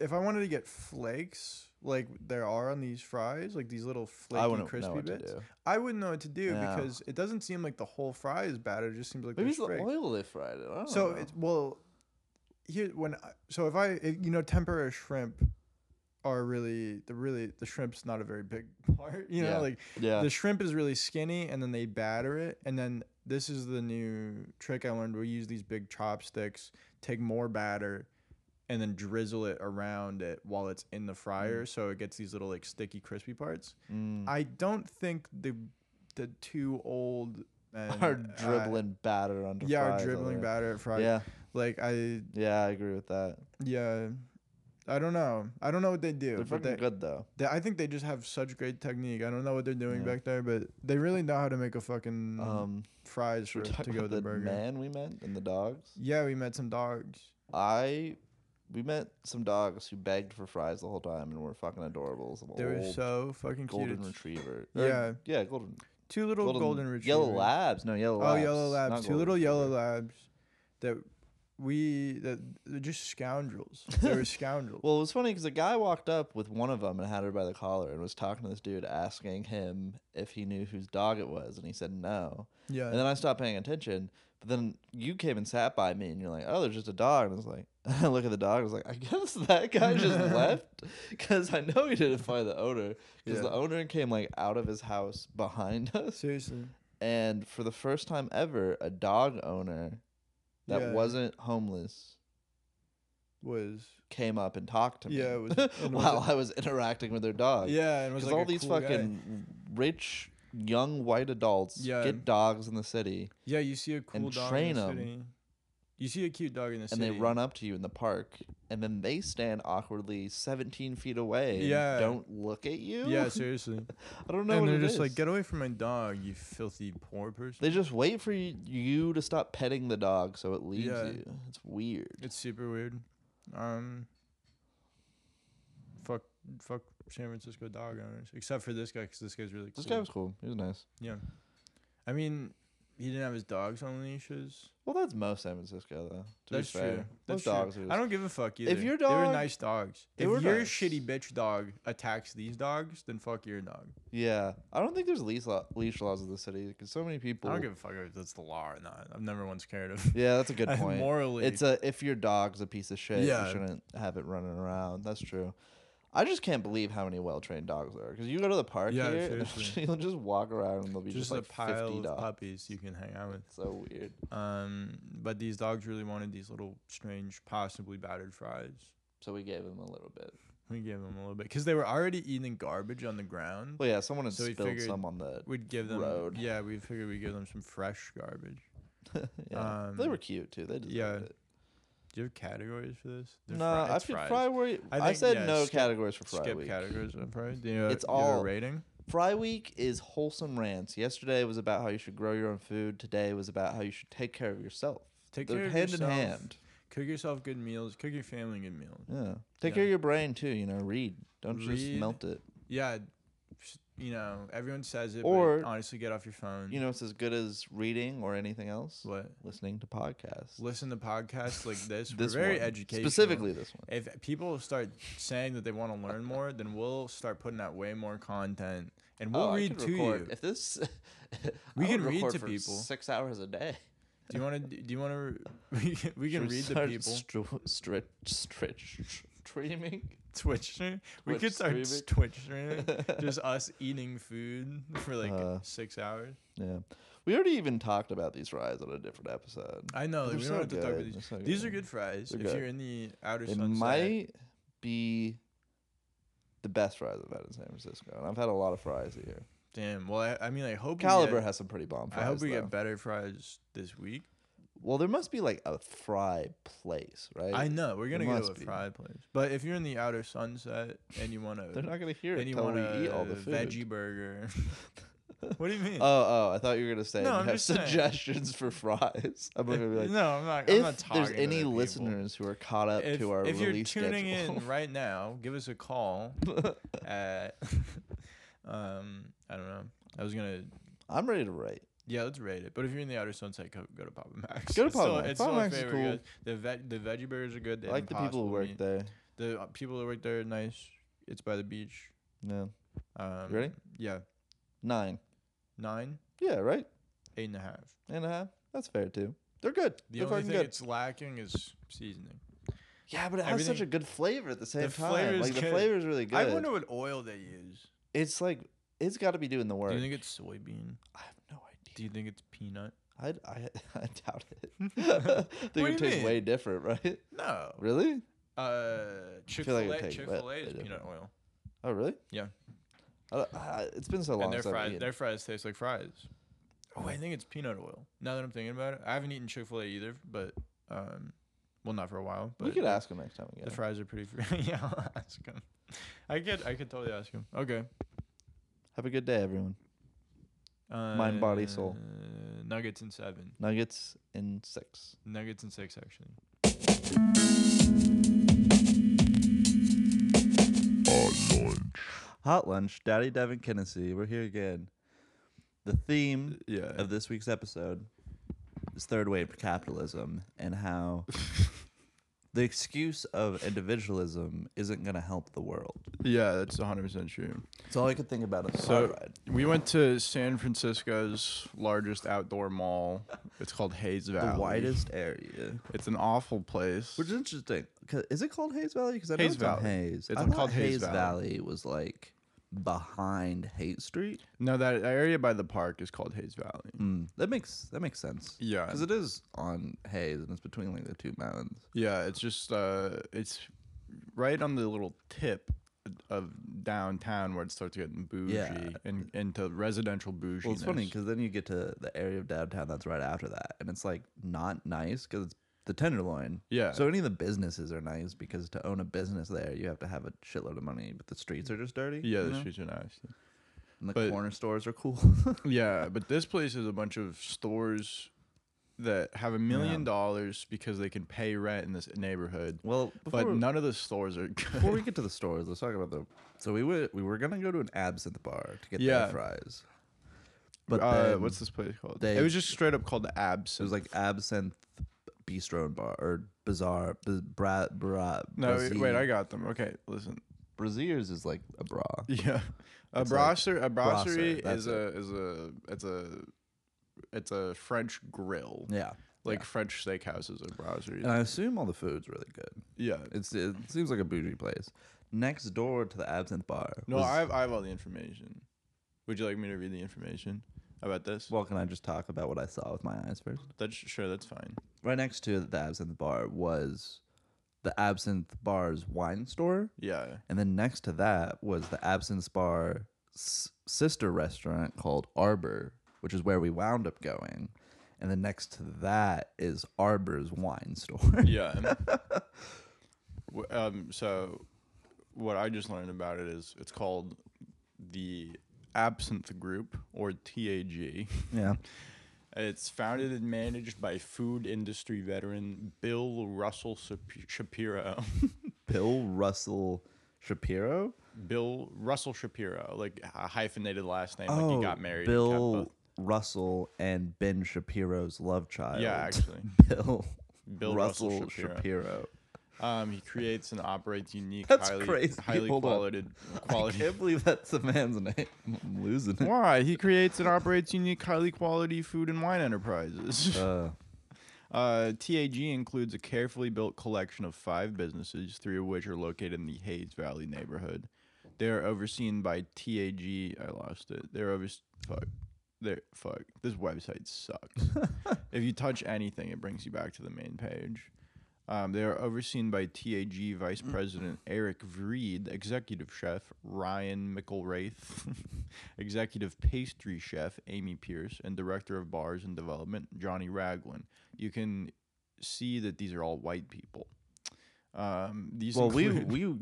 S5: if I wanted to get flakes like there are on these fries, like these little
S4: I
S5: flaky
S4: wouldn't
S5: crispy
S4: know what
S5: bits,
S4: to do.
S5: I wouldn't know what to do
S4: No.
S5: because it doesn't seem like the whole fry is battered. It just seems like
S4: Maybe
S5: there's
S4: it's the
S5: flakes.
S4: oil they fried it. I don't
S5: So
S4: know.
S5: it's well, here when I, so if I if, you know tempura shrimp are really the really the shrimp's not a very big part. You know
S4: Yeah.
S5: like
S4: yeah,
S5: the shrimp is really skinny and then they batter it and then this is the new trick I learned. We use these big chopsticks, take more batter, and then drizzle it around it while it's in the fryer, so it gets these little like sticky crispy parts.
S4: Mm.
S5: I don't think the the two old and,
S4: are
S5: uh,
S4: dribbling batter onto
S5: yeah,
S4: fries
S5: are
S4: all
S5: dribbling
S4: day.
S5: batter at fries.
S4: Yeah,
S5: Like I
S4: yeah, I agree with that.
S5: yeah, I don't know. I don't know what they
S4: They're
S5: do. but
S4: fucking
S5: they,
S4: good though.
S5: they- I think they just have such great technique. I don't know what they're doing
S4: Yeah.
S5: back there, but they really know how to make a fucking
S4: Um,
S5: fries
S4: should
S5: Mm-hmm. for
S4: we talk
S5: to go
S4: about
S5: with the
S4: the
S5: burger.
S4: man we met and the dogs?
S5: Yeah, we met some dogs.
S4: I. We met some dogs who begged for fries the whole time and were fucking adorable. Some
S5: They were
S4: old
S5: so fucking
S4: golden
S5: cute. It's
S4: retriever.
S5: Yeah.
S4: yeah, golden
S5: Two little golden, retrievers.
S4: Yellow labs. No, yellow
S5: Oh,
S4: labs.
S5: yellow
S4: not
S5: labs. Two
S4: golden
S5: little yellow
S4: retriever.
S5: labs that we that they're just scoundrels. They were scoundrels.
S4: Well, it was funny because a guy walked up with one of them and had her by the collar and was talking to this dude, asking him if he knew whose dog it was, and he said no.
S5: yeah.
S4: And then I stopped paying attention. But then you came and sat by me, and you're like, "Oh, there's just a dog." And I was like, I look at the dog. I was like, "I guess that guy just left because I know he didn't find the owner because
S5: Yeah.
S4: the owner came like out of his house behind us."
S5: Seriously.
S4: and for the first time ever, a dog owner that
S5: Yeah.
S4: wasn't homeless
S5: Was
S4: came up and talked to me.
S5: Yeah, it was- and was
S4: while
S5: it-
S4: I was interacting with their dog.
S5: yeah, and it was
S4: because
S5: like
S4: Uh, all
S5: a
S4: these
S5: cool guy.
S4: fucking rich young white adults
S5: Yeah.
S4: get dogs in the city
S5: Yeah, you see a cool
S4: and
S5: dog
S4: train
S5: in the
S4: 'em.
S5: city. You see a cute dog in the
S4: and
S5: city.
S4: they run up to you in the park and then they stand awkwardly 17 feet away and
S5: Yeah.
S4: don't look at you
S5: Yeah, seriously.
S4: i don't know
S5: and
S4: what
S5: they're
S4: it
S5: just
S4: is.
S5: like, "Get away from my dog, you filthy poor person."
S4: they just wait for y- you to stop petting the dog so it leaves
S5: Yeah.
S4: you it's weird
S5: it's super weird. Um. Fuck, fuck San Francisco dog owners, except for this guy, because this guy's really.
S4: this
S5: cool.
S4: guy was cool he was nice
S5: Yeah. I mean, he didn't have his dogs on leashes.
S4: Well, that's most San Francisco, though. to be
S5: That's true.
S4: fair.
S5: That's
S4: most
S5: true.
S4: dogs are
S5: I
S4: just,
S5: don't give a fuck either.
S4: your
S5: they were
S4: dog-
S5: nice dogs.
S4: they
S5: if
S4: were
S5: your
S4: nice.
S5: shitty bitch dog attacks these dogs, then fuck your dog.
S4: yeah. I don't think there's leash, law, leash laws in the city because so many people.
S5: I don't give a fuck if that's the law or not. I'm never once cared of.
S4: yeah, that's a good
S5: I-
S4: point.
S5: morally-
S4: it's uh, a if your dog's a piece of shit,
S5: Yeah.
S4: you shouldn't have it running around. That's true. I just can't believe how many well trained dogs there are because you go to the park
S5: Yeah,
S4: here, and
S5: seriously.
S4: you'll just walk around and there'll be
S5: just,
S4: just,
S5: a
S4: like
S5: pile
S4: fifty
S5: of
S4: dogs.
S5: puppies you can hang out with.
S4: So weird.
S5: Um, but these dogs really wanted these little strange, possibly battered fries.
S4: So we gave him a little bit.
S5: We gave them a little bit because they were already eating garbage on the ground.
S4: Well, yeah, someone had
S5: So we
S4: spilled
S5: figured
S4: some on the.
S5: We'd give them,
S4: Road.
S5: yeah, we figured we'd give them some fresh garbage.
S4: yeah. they
S5: um,
S4: were cute too. They deserved
S5: yeah,
S4: it.
S5: Do you have categories for this? They're
S4: No,
S5: fri-
S4: I
S5: it's
S4: feel
S5: fries.
S4: fry worry.
S5: I
S4: I,
S5: think,
S4: said
S5: yeah,
S4: no
S5: skip-
S4: categories for fry
S5: Skip
S4: week.
S5: categories on fries. Do you,
S4: It's
S5: do you have a
S4: all-
S5: rating.
S4: Fry Week is wholesome rants. Yesterday was about how you should grow your own food. Today was about how you should take care of yourself.
S5: Take
S4: They're
S5: care of
S4: hand
S5: yourself.
S4: in hand.
S5: Cook yourself good meals. Cook your family good meals.
S4: Yeah. Take
S5: Yeah.
S4: care of your brain too, you know, read. Don't just
S5: Read.
S4: melt it.
S5: Yeah, s- you know everyone says it,
S4: Or,
S5: but honestly, get off your phone.
S4: You know, it's as good as reading or anything else.
S5: what?
S4: Listening to podcasts.
S5: Listen to podcasts like this.
S4: This
S5: We're very
S4: one.
S5: educational.
S4: Specifically this one.
S5: if people start saying that they want to learn more, then we'll start putting out way more content, and we'll
S4: Oh, I
S5: read
S4: could
S5: to
S4: record.
S5: you.
S4: If this,
S5: We
S4: I
S5: can
S4: would
S5: read
S4: record
S5: to
S4: for
S5: people.
S4: six hours a day.
S5: Do you want to? Do you want to? We can, we
S4: Should
S5: can read
S4: we
S5: the
S4: start
S5: people.
S4: stru- stretch, stretch, streaming.
S5: Twitch stream. We could
S4: Twitch
S5: start
S4: streaming.
S5: Twitch streaming. Just us eating food for like
S4: Uh,
S5: six hours.
S4: Yeah, we already even talked about these fries on a different episode.
S5: I know. Like,
S4: they're
S5: we
S4: so
S5: don't have to talk about
S4: good.
S5: these.
S4: They're so
S5: These
S4: good.
S5: are good fries.
S4: They're
S5: if
S4: good.
S5: you're in the outer
S4: It
S5: sunset,
S4: might be the best fries I've had in San Francisco, and I've had a lot of fries here.
S5: damn. Well, I, I mean, I hope
S4: Caliber
S5: We get,
S4: has some pretty bomb fries.
S5: I hope we
S4: though.
S5: get better fries this week.
S4: Well, there must be like a fry place, right?
S5: I know we're gonna go to
S4: must
S5: a
S4: be.
S5: fry place, but if you're in the outer sunset and you want to,
S4: They're not gonna hear it
S5: and you
S4: until
S5: want
S4: we
S5: a
S4: eat all the food.
S5: veggie burger. what do you mean?
S4: Oh, oh! I thought you were gonna say
S5: No,
S4: you
S5: I'm
S4: have
S5: just saying.
S4: suggestions for fries. I'm gonna be like,
S5: no, I'm not. I'm not
S4: if
S5: talking
S4: there's
S5: to the
S4: any
S5: people.
S4: listeners who are caught up
S5: if,
S4: to our
S5: if you're
S4: release
S5: tuning
S4: schedule,
S5: in right now, give us a call at um I don't know. I was gonna
S4: I'm ready to write.
S5: yeah, let's rate it. But if you're in the outer sunset, go, go to Papa Max.
S4: Go to
S5: It's still-
S4: Papa Max.
S5: It's
S4: Papa
S5: still my
S4: Max is
S5: favorite. guys. The veg the veggie burgers are good. They
S4: I
S5: have
S4: like the
S5: Impossible
S4: people who work
S5: meat.
S4: there.
S5: The uh, people that work there are nice. It's by the beach.
S4: No,
S5: Um,
S4: ready?
S5: Yeah,
S4: nine.
S5: nine,
S4: Yeah, right.
S5: eight and a half.
S4: And a half. That's fair too. They're good.
S5: The
S4: They're
S5: only
S4: fucking
S5: thing
S4: good.
S5: it's lacking is seasoning.
S4: Yeah, but it has such a
S5: everything-
S4: good flavor at the same time.
S5: flavor's
S4: Like the
S5: good.
S4: flavor's really good.
S5: I wonder what oil they use.
S4: It's like it's got to be doing the work.
S5: Do you think it's soybean?
S4: I have no
S5: Do
S4: idea.
S5: you think it's peanut?
S4: I I, I doubt it. I
S5: do
S4: think
S5: you
S4: it tastes
S5: mean?
S4: way different, right?
S5: No.
S4: Really?
S5: Uh, Chick
S4: feel like
S5: Fil
S4: it'd
S5: A.
S4: take
S5: Chick Fil A
S4: way-
S5: is
S4: way
S5: peanut
S4: different.
S5: oil,
S4: Oh, really?
S5: Yeah.
S4: I don't- I- it's been so long
S5: and their
S4: since I've
S5: fries
S4: eaten.
S5: their fries taste like fries. Oh, I think it's peanut oil. Now that I'm thinking about it, I haven't eaten Chick Fil A either, but um, well, not for a while. But
S4: we could ask him next time
S5: The
S4: again.
S5: fries are pretty. Free. yeah, I'll ask him. I could I could totally ask him. Okay.
S4: Have a good day, everyone.
S5: Uh,
S4: body, soul.
S5: Nuggets and seven.
S4: Nuggets in six.
S5: Nuggets and six actually.
S4: Hot Lunch, Daddy Devin Kennedy. We're here again. The theme
S5: Yeah.
S4: of this week's episode is third wave capitalism and how the excuse of individualism isn't going to help the world.
S5: Yeah, that's 100 percent true.
S4: That's all I could think about. Is
S5: So-
S4: car ride.
S5: We went to San Francisco's largest outdoor mall. It's called Hayes
S4: the
S5: Valley.
S4: widest area,
S5: It's an awful place.
S4: which is interesting. 'Cause- Is it called Hayes Valley? Because I know
S5: Hayes
S4: it's on
S5: Valley. It's
S4: Hayes. I thought
S5: called Hayes
S4: Hayes
S5: Valley.
S4: Valley was like behind Haight Street.
S5: no, that area by the park is called Hayes Valley.
S4: Mm, that makes that makes sense.
S5: Yeah.
S4: because it is on Hayes and it's between like the two mountains.
S5: Yeah, it's just uh, it's right on the little tip of downtown where it starts getting bougie
S4: Yeah.
S5: and into residential bougie.
S4: Well, it's funny because then you get to the area of downtown that's right after that, and it's like not nice because it's the Tenderloin.
S5: Yeah.
S4: So any of the businesses are nice because to own a business there, you have to have a shitload of money, but the streets are just dirty.
S5: yeah,
S4: you
S5: the
S4: know?
S5: streets are nice.
S4: And the
S5: but-
S4: corner stores are cool.
S5: Yeah, but this place is a bunch of stores that have a million dollars because they can pay rent in this neighborhood.
S4: well, before,
S5: but none of the stores are good.
S4: before we get to the stores, let's talk about the. So we were we were gonna go to an absinthe bar to get
S5: Yeah.
S4: their fries, but
S5: uh,
S4: then
S5: what's this place called?
S4: they-
S5: it was just straight up called the Abs.
S4: it was like absinthe bistro and bar or bazaar b- bra, bra,
S5: no, wait, wait,
S4: Brazier.
S5: I got them. Okay, listen.
S4: Braziers is like a bra.
S5: Yeah, a
S4: It's like
S5: brasserie. A brasserie
S4: brasserie,
S5: is
S4: that's
S5: a is a it's a it's a French grill.
S4: Yeah.
S5: Like French steakhouses are brasseries.
S4: And I assume all the food's really good.
S5: yeah.
S4: It's it seems like a bougie place. Next door to the absinthe bar.
S5: No,
S4: was-
S5: I have I have all the information. Would you like me to read the information about this?
S4: well, can I just talk about what I saw with my eyes first?
S5: That's sure. That's fine.
S4: Right next to the absinthe bar was the absinthe bar's wine store,
S5: Yeah.
S4: and then next to that was the absinthe bar s- sister restaurant called Arbor, which is where we wound up going. And then next to that is Arbor's wine store.
S5: Yeah. W- um, so, what I just learned about it is it's called the Absinthe Group or TAG.
S4: yeah.
S5: It's founded and managed by food industry veteran Bill Russell Sap- Shapiro.
S4: Bill Russell Shapiro.
S5: Bill Russell Shapiro, like a hyphenated last name, like he got married. and kept
S4: Oh, Bill
S5: both-
S4: Russell and Ben Shapiro's love child.
S5: Yeah, actually.
S4: Bill,
S5: Bill
S4: Russell,
S5: Russell
S4: Shapiro.
S5: Shapiro. Um, he creates and operates unique,
S4: That's
S5: highly,
S4: crazy.
S5: highly
S4: Hold on.
S5: quality. quality.
S4: I can't believe that's the man's name. I'm losing it.
S5: Why? He creates and operates unique, highly quality food and wine enterprises.
S4: Uh,
S5: Uh, TAG includes a carefully built collection of five businesses, three of which are located in the Hayes Valley neighborhood. They are overseen by TAG. I lost it. They're over. Fuck. They're, fuck. This website sucks. if you touch anything, it brings you back to the main page. Um, they are overseen by TAG Vice President Eric Vreed, Executive Chef Ryan McElraith, Executive Pastry Chef Amy Pierce, and Director of Bars and Development Johnny Raglan. You can see that these are all white people. Um, these
S4: well, we
S5: include-
S4: we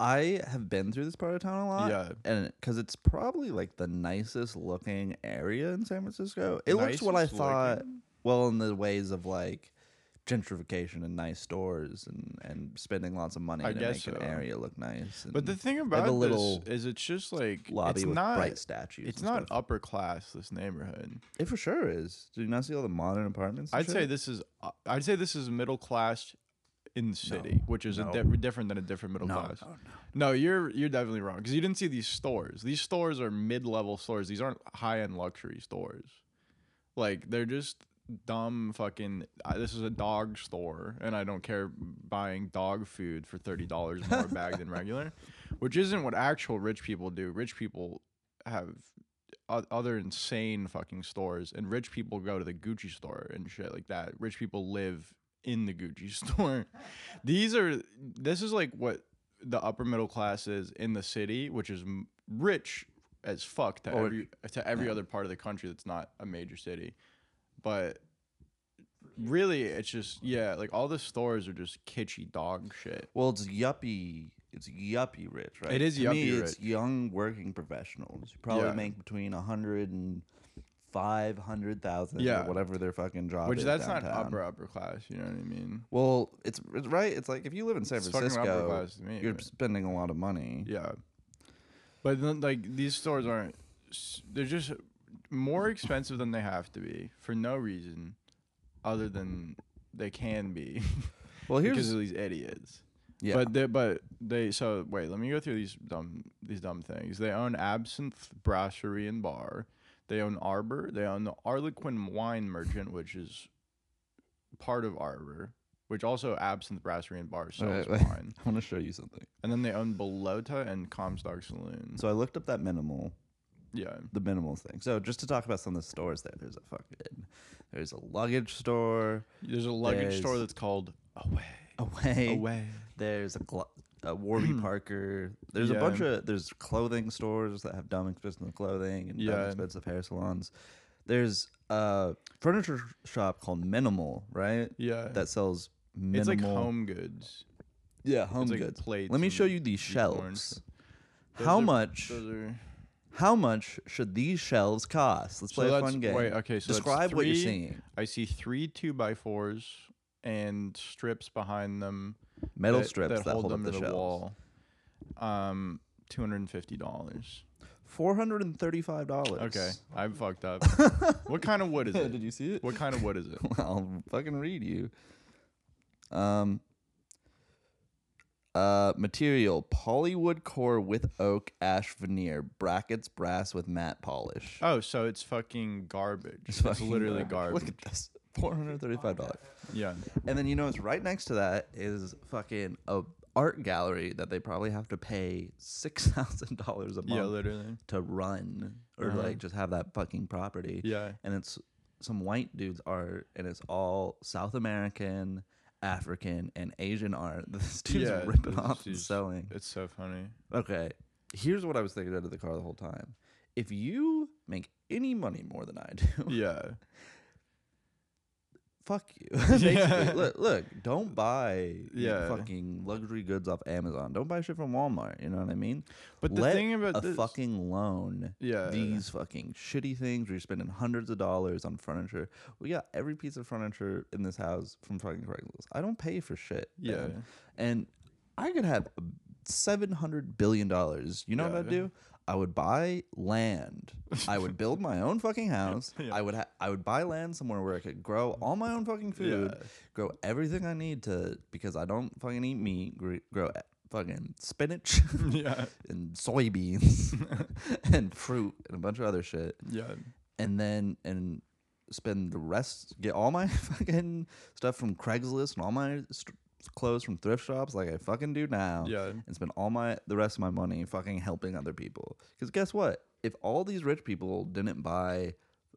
S4: I have been through this part of town a lot.
S5: Yeah.
S4: and because it's probably like the nicest looking area in San Francisco. It looks what I
S5: Nicest
S4: thought. Well, in the ways of like gentrification and nice stores and and spending lots of money
S5: I
S4: to
S5: guess
S4: make
S5: so.
S4: an area look nice.
S5: but the
S4: and
S5: thing
S4: have
S5: about
S4: a little
S5: this is it's just like
S4: lobby
S5: it's
S4: with
S5: not
S4: bright statues.
S5: it's
S4: and
S5: not
S4: stuff.
S5: upper class this neighborhood.
S4: It for sure is. Do you not see all the modern apartments? and
S5: I'd say
S4: shit?
S5: this is uh, I'd say this is middle class in the city, which is a di- different than a different middle class. No, you're you're definitely wrong because you didn't see these stores. These stores are mid level stores. These aren't high end luxury stores. Like they're just dumb fucking. I this is a dog store, and I don't care buying dog food for thirty dollars more a bag than regular, which isn't what actual rich people do. Rich people have o- other insane fucking stores, and rich people go to the Gucci store and shit like that. Rich people live in the Gucci store. These are this is like what the upper middle class is in the city, which is m- rich as fuck to
S4: Or-
S5: every to every other part of the country that's not a major city, but. Really, it's just yeah, like all the stores are just kitschy dog shit.
S4: Well, it's yuppie. It's yuppie rich, right?
S5: It is
S4: To me,
S5: yuppie
S4: It's
S5: rich.
S4: young working professionals who probably
S5: Yeah.
S4: make between a hundred and five hundred thousand,
S5: Yeah.
S4: or whatever their fucking job.
S5: Which
S4: is
S5: that's not
S4: downtown.
S5: upper upper class, you know what I mean?
S4: Well, it's, it's right. It's like if you live in San
S5: It's fucking upper
S4: Francisco,
S5: class to me,
S4: you're
S5: but-
S4: spending a lot of money.
S5: Yeah, but then, like these stores aren't. s- They're just more expensive than they have to be for no reason, other than they can be.
S4: Well, here's
S5: because of these idiots.
S4: yeah.
S5: But they, but they. So wait, let me go through these dumb these dumb things. They own Absinthe Brasserie and Bar. They own Arbor. They own the Arlequin Wine Merchant, which is part of Arbor, which also Absinthe Brasserie and Bar sells
S4: Alright, wait.
S5: wine.
S4: I want to show you something.
S5: And then they own Belota and Comstock Saloon.
S4: So I looked up that minimal
S5: yeah,
S4: the minimals thing. So just to talk about some of the stores there, there's a fucking there's a luggage store
S5: there's a luggage store
S4: There's-
S5: that's called Away.
S4: away.
S5: Away.
S4: There's a, gl- a Warby Parker. There's a bunch
S5: Mm. Yeah.
S4: of there's clothing stores that have dumb expensive clothing and dumb
S5: Yeah.
S4: expensive hair salons. There's a furniture shop called Minimal, right?
S5: Yeah.
S4: That sells minimal.
S5: it's like home goods.
S4: Yeah, home
S5: like
S4: goods.
S5: plates
S4: Let me show
S5: and
S4: you these
S5: these orange-
S4: shelves.
S5: Those
S4: How
S5: are-
S4: much?
S5: Those are.
S4: How much should these shelves cost? Let's
S5: So
S4: play a
S5: that's-
S4: fun game.
S5: wait, okay, so that's
S4: describe what you're
S5: three-
S4: seeing.
S5: I see three two by fours and strips behind them.
S4: Metal strips that hold up
S5: them
S4: the
S5: to
S4: shelves.
S5: Um, two hundred and fifty dollars.
S4: Four hundred and thirty-five dollars.
S5: Okay, I'm fucked up. what kind of wood is it?
S4: Did you see it?
S5: What kind of wood is it?
S4: I'll fucking read you. Um. Uh, material polywood core with oak ash veneer brackets brass with matte polish.
S5: Oh, so it's fucking garbage. It's,
S4: fucking
S5: literally
S4: Look
S5: garbage.
S4: at this, four hundred thirty-five dollars.
S5: Yeah.
S4: And then you know it's right next to that is fucking a art gallery that they probably have to pay six thousand dollars a month
S5: Yeah, literally.
S4: to run or
S5: Uh-huh.
S4: like just have that fucking property.
S5: Yeah.
S4: And it's some white dude's art and it's all South American, African, and Asian art. This dude's
S5: yeah,
S4: ripping
S5: this
S4: off and
S5: is-
S4: selling.
S5: It's so funny.
S4: Okay. Here's what I was thinking out of the car the whole time. If you make any money more than I do,
S5: Yeah.
S4: fuck you. Basically, look, look, don't buy
S5: Yeah.
S4: fucking luxury goods off Amazon. Don't buy shit from Walmart. You know what I mean?
S5: But the
S4: Let
S5: thing about
S4: a
S5: this-
S4: fucking loan,
S5: Yeah.
S4: these fucking shitty things where you're spending hundreds of dollars on furniture. We got every piece of furniture in this house from fucking Craigslist. I don't pay for shit.
S5: Yeah.
S4: man. and I could have seven hundred billion dollars. You know what I'd
S5: Yeah.
S4: do? I would buy land. I would build my own fucking house. I would ha- I would buy land somewhere where I could grow all my own fucking food,
S5: Yeah.
S4: grow everything I need to because I don't fucking eat meat. Gr- grow e- fucking spinach
S5: yeah,
S4: and soybeans and fruit and a bunch of other shit,
S5: yeah,
S4: and then and spend the rest get all my fucking stuff from Craigslist and all my st- clothes from thrift shops like I fucking do now
S5: yeah.
S4: and spend all my the rest of my money fucking helping other people. Because guess what? If all these rich people didn't buy,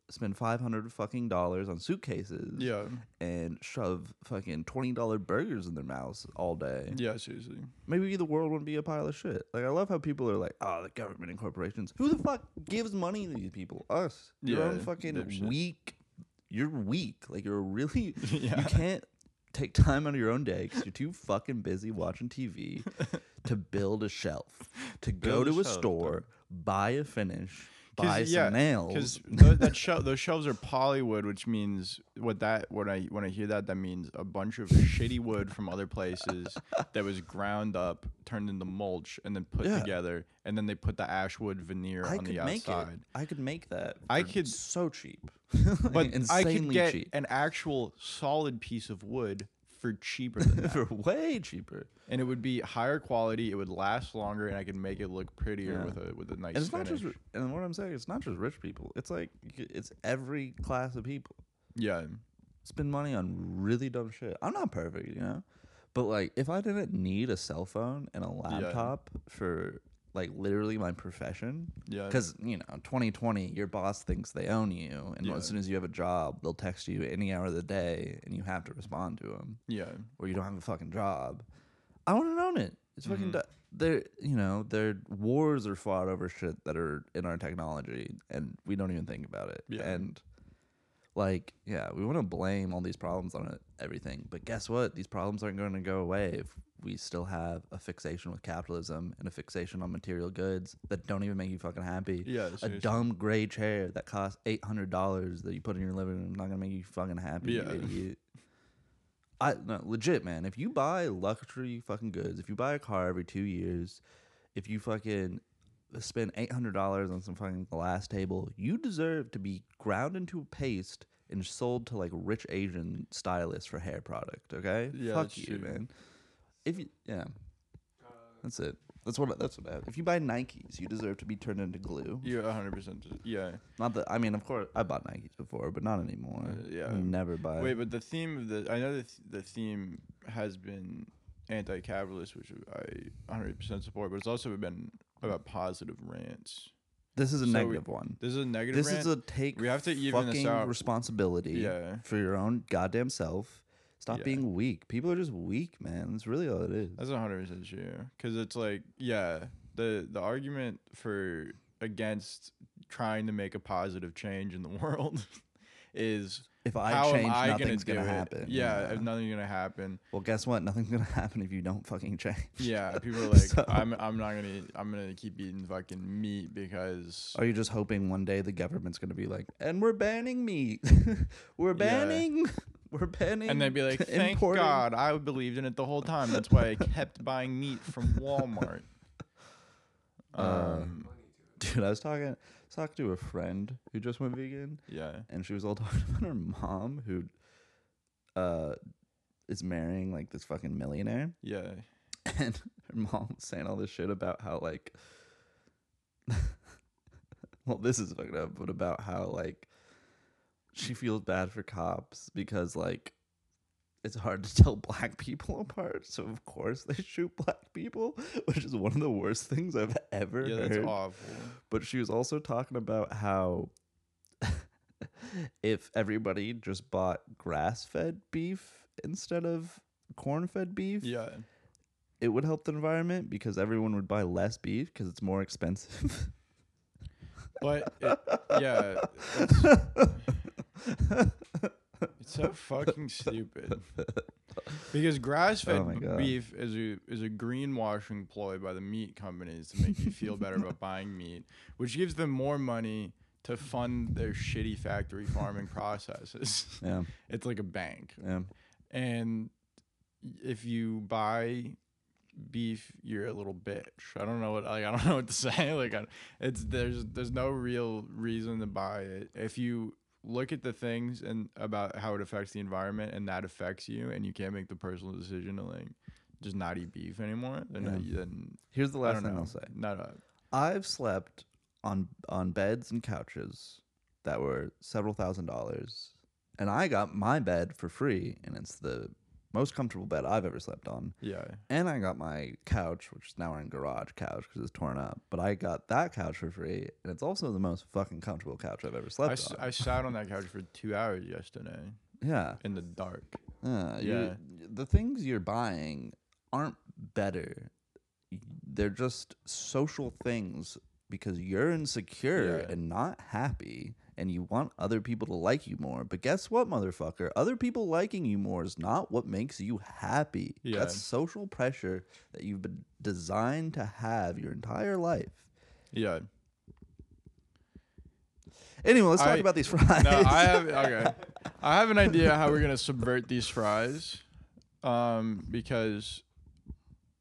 S4: spend five hundred fucking dollars on suitcases,
S5: Yeah,
S4: and shove fucking twenty dollar burgers in their mouths all day,
S5: yeah, seriously.
S4: maybe the world wouldn't be a pile of shit. Like I love how people are like, oh, the government and corporations. Who the fuck gives money to these people? Us. Your own
S5: Yeah,
S4: fucking
S5: dipshit.
S4: weak. You're weak. Like you're really.
S5: Yeah.
S4: You can't take time out of your own day because you're too fucking busy watching TV to build a shelf, to go
S5: Build a
S4: to a
S5: shelf,
S4: store, buy a finish,
S5: 'Cause,
S4: buy
S5: yeah,
S4: some nails.
S5: th- that shel- those shelves are polywood, which means what that when I when I hear that that means a bunch of shitty wood from other places that was ground up, turned into mulch, and then put
S4: Yeah.
S5: together, and then they put the ash wood veneer
S4: I
S5: on
S4: could
S5: the
S4: make
S5: outside.
S4: it. I could make that.
S5: I
S4: for
S5: could-
S4: so cheap,
S5: But I
S4: insanely
S5: could get
S4: cheap,
S5: an actual solid piece of wood for cheaper than that.
S4: for way cheaper.
S5: and it would be higher quality. It would last longer, and I could make it look prettier
S4: Yeah.
S5: with a with a nice.
S4: And it's not just,
S5: finish.
S4: and what I'm saying, it's not just rich people. It's like y- it's every class of people
S5: yeah,
S4: spend money on really dumb shit. I'm not perfect, you know, but like if I didn't need a cell phone and a laptop for like literally my profession,
S5: Yeah.
S4: because you know, 2020, your boss thinks they own you, and
S5: Yeah.
S4: as soon as you have a job, they'll text you any hour of the day, and you have to respond to them
S5: yeah,
S4: or you don't have a fucking job. I wouldn't own it. It's
S5: Mm-hmm.
S4: fucking. du- There, you know, their wars are fought over shit that are in our technology, and we don't even think about it.
S5: Yeah.
S4: And like, yeah, we want to blame all these problems on it, everything, but guess what? These problems aren't going to go away if we still have a fixation with capitalism and a fixation on material goods that don't even make you fucking happy.
S5: Yeah,
S4: a
S5: seriously.
S4: dumb gray chair that costs eight hundred dollars that you put in your living room is not gonna make you fucking happy. you
S5: Yeah.
S4: idiot. I no, legit, man. If you buy luxury fucking goods, if you buy a car every two years, if you fucking spend eight hundred dollars on some fucking glass table, you deserve to be ground into a paste and sold to like rich Asian stylists for hair product. Okay,
S5: Yeah,
S4: fuck
S5: that's true.
S4: you, man. If you, yeah, that's it. That's what. That's what. I If you buy Nikes, you deserve to be turned into glue.
S5: you're 100 percent. Yeah.
S4: Not that I mean, of course, I bought Nikes before, but not anymore.
S5: Uh, yeah.
S4: I never buy.
S5: Wait, but the theme of the I know the, th- the theme has been anti-capitalist, which I 100% support, but it's also been about positive rants.
S4: this is a
S5: so we-
S4: negative one.
S5: This is a negative.
S4: This
S5: rant.
S4: is a take.
S5: We have to even this
S4: fucking
S5: out.
S4: responsibility.
S5: Yeah.
S4: for your own goddamn self. Stop
S5: Yeah.
S4: being weak. People are just weak, man. That's really all it is.
S5: That's 100% true. Because it's like, yeah, the the argument for against trying to make a positive change in the world is
S4: If I
S5: how
S4: change,
S5: am I
S4: nothing's
S5: gonna,
S4: gonna,
S5: do it?
S4: happen.
S5: Yeah, if nothing's gonna happen.
S4: Well, guess what? Nothing's gonna happen if you don't fucking change.
S5: Yeah, people are like,
S4: So-
S5: I'm I'm not gonna eat- I'm gonna keep eating fucking meat because
S4: Are you just hoping one day the government's gonna be like, and we're banning meat. we're banning. We're banning.
S5: and they'd be like, thank
S4: importing."
S5: God, I believed in it the whole time. That's why I kept buying meat from Walmart.
S4: Uh.
S5: Um,
S4: Dude, I was talking, I was talking to a friend who just went vegan,
S5: yeah,
S4: and she was all talking about her mom who, uh, is marrying like this fucking millionaire.
S5: yeah,
S4: and her mom was saying all this shit about how like well this is fucked up but about how like she feels bad for cops because like it's hard to tell black people apart so of course they shoot black people which is one of the worst things i've ever
S5: yeah.
S4: heard
S5: That's awful.
S4: but she was also talking about how if everybody just bought grass-fed beef instead of corn-fed beef
S5: Yeah,
S4: it would help the environment because everyone would buy less beef because it's more expensive.
S5: but it, yeah, it's- It's so fucking stupid. Because grass-fed
S4: Oh my
S5: b-
S4: God.
S5: beef is a is a greenwashing ploy by the meat companies to make you feel better about buying meat, which gives them more money to fund their shitty factory farming processes.
S4: Yeah.
S5: It's like a bank.
S4: Yeah.
S5: And if you buy beef, you're a little bitch. I don't know what like I don't know what to say. Like I, it's there's there's no real reason to buy it. If you look at the things and about how it affects the environment and that affects you and you can't make the personal decision to like just not eat beef anymore, then,
S4: Yeah.
S5: then
S4: Here's the
S5: I
S4: last
S5: don't
S4: thing
S5: know.
S4: I'll say.
S5: Not a,
S4: I've slept on on beds and couches that were several thousand dollars, and I got my bed for free, and it's the most comfortable bed I've ever slept on.
S5: yeah.
S4: And I got my couch, which is now our garage couch because it's torn up. But I got that couch for free, and it's also the most fucking comfortable couch I've ever
S5: I,
S4: slept
S5: s-
S4: on.
S5: I sat on that couch for two hours yesterday
S4: yeah,
S5: in the dark.
S4: Uh, yeah.
S5: Yeah.
S4: The things you're buying aren't better. They're just social things because you're insecure
S5: Yeah.
S4: and not happy and you want other people to like you more. But guess what, motherfucker? Other people liking you more is not what makes you happy.
S5: Yeah.
S4: That's social pressure that you've been designed to have your entire life.
S5: Yeah.
S4: Anyway, let's talk
S5: I-
S4: about these fries.
S5: No, I have okay. I have an idea how we're gonna subvert these fries, um, because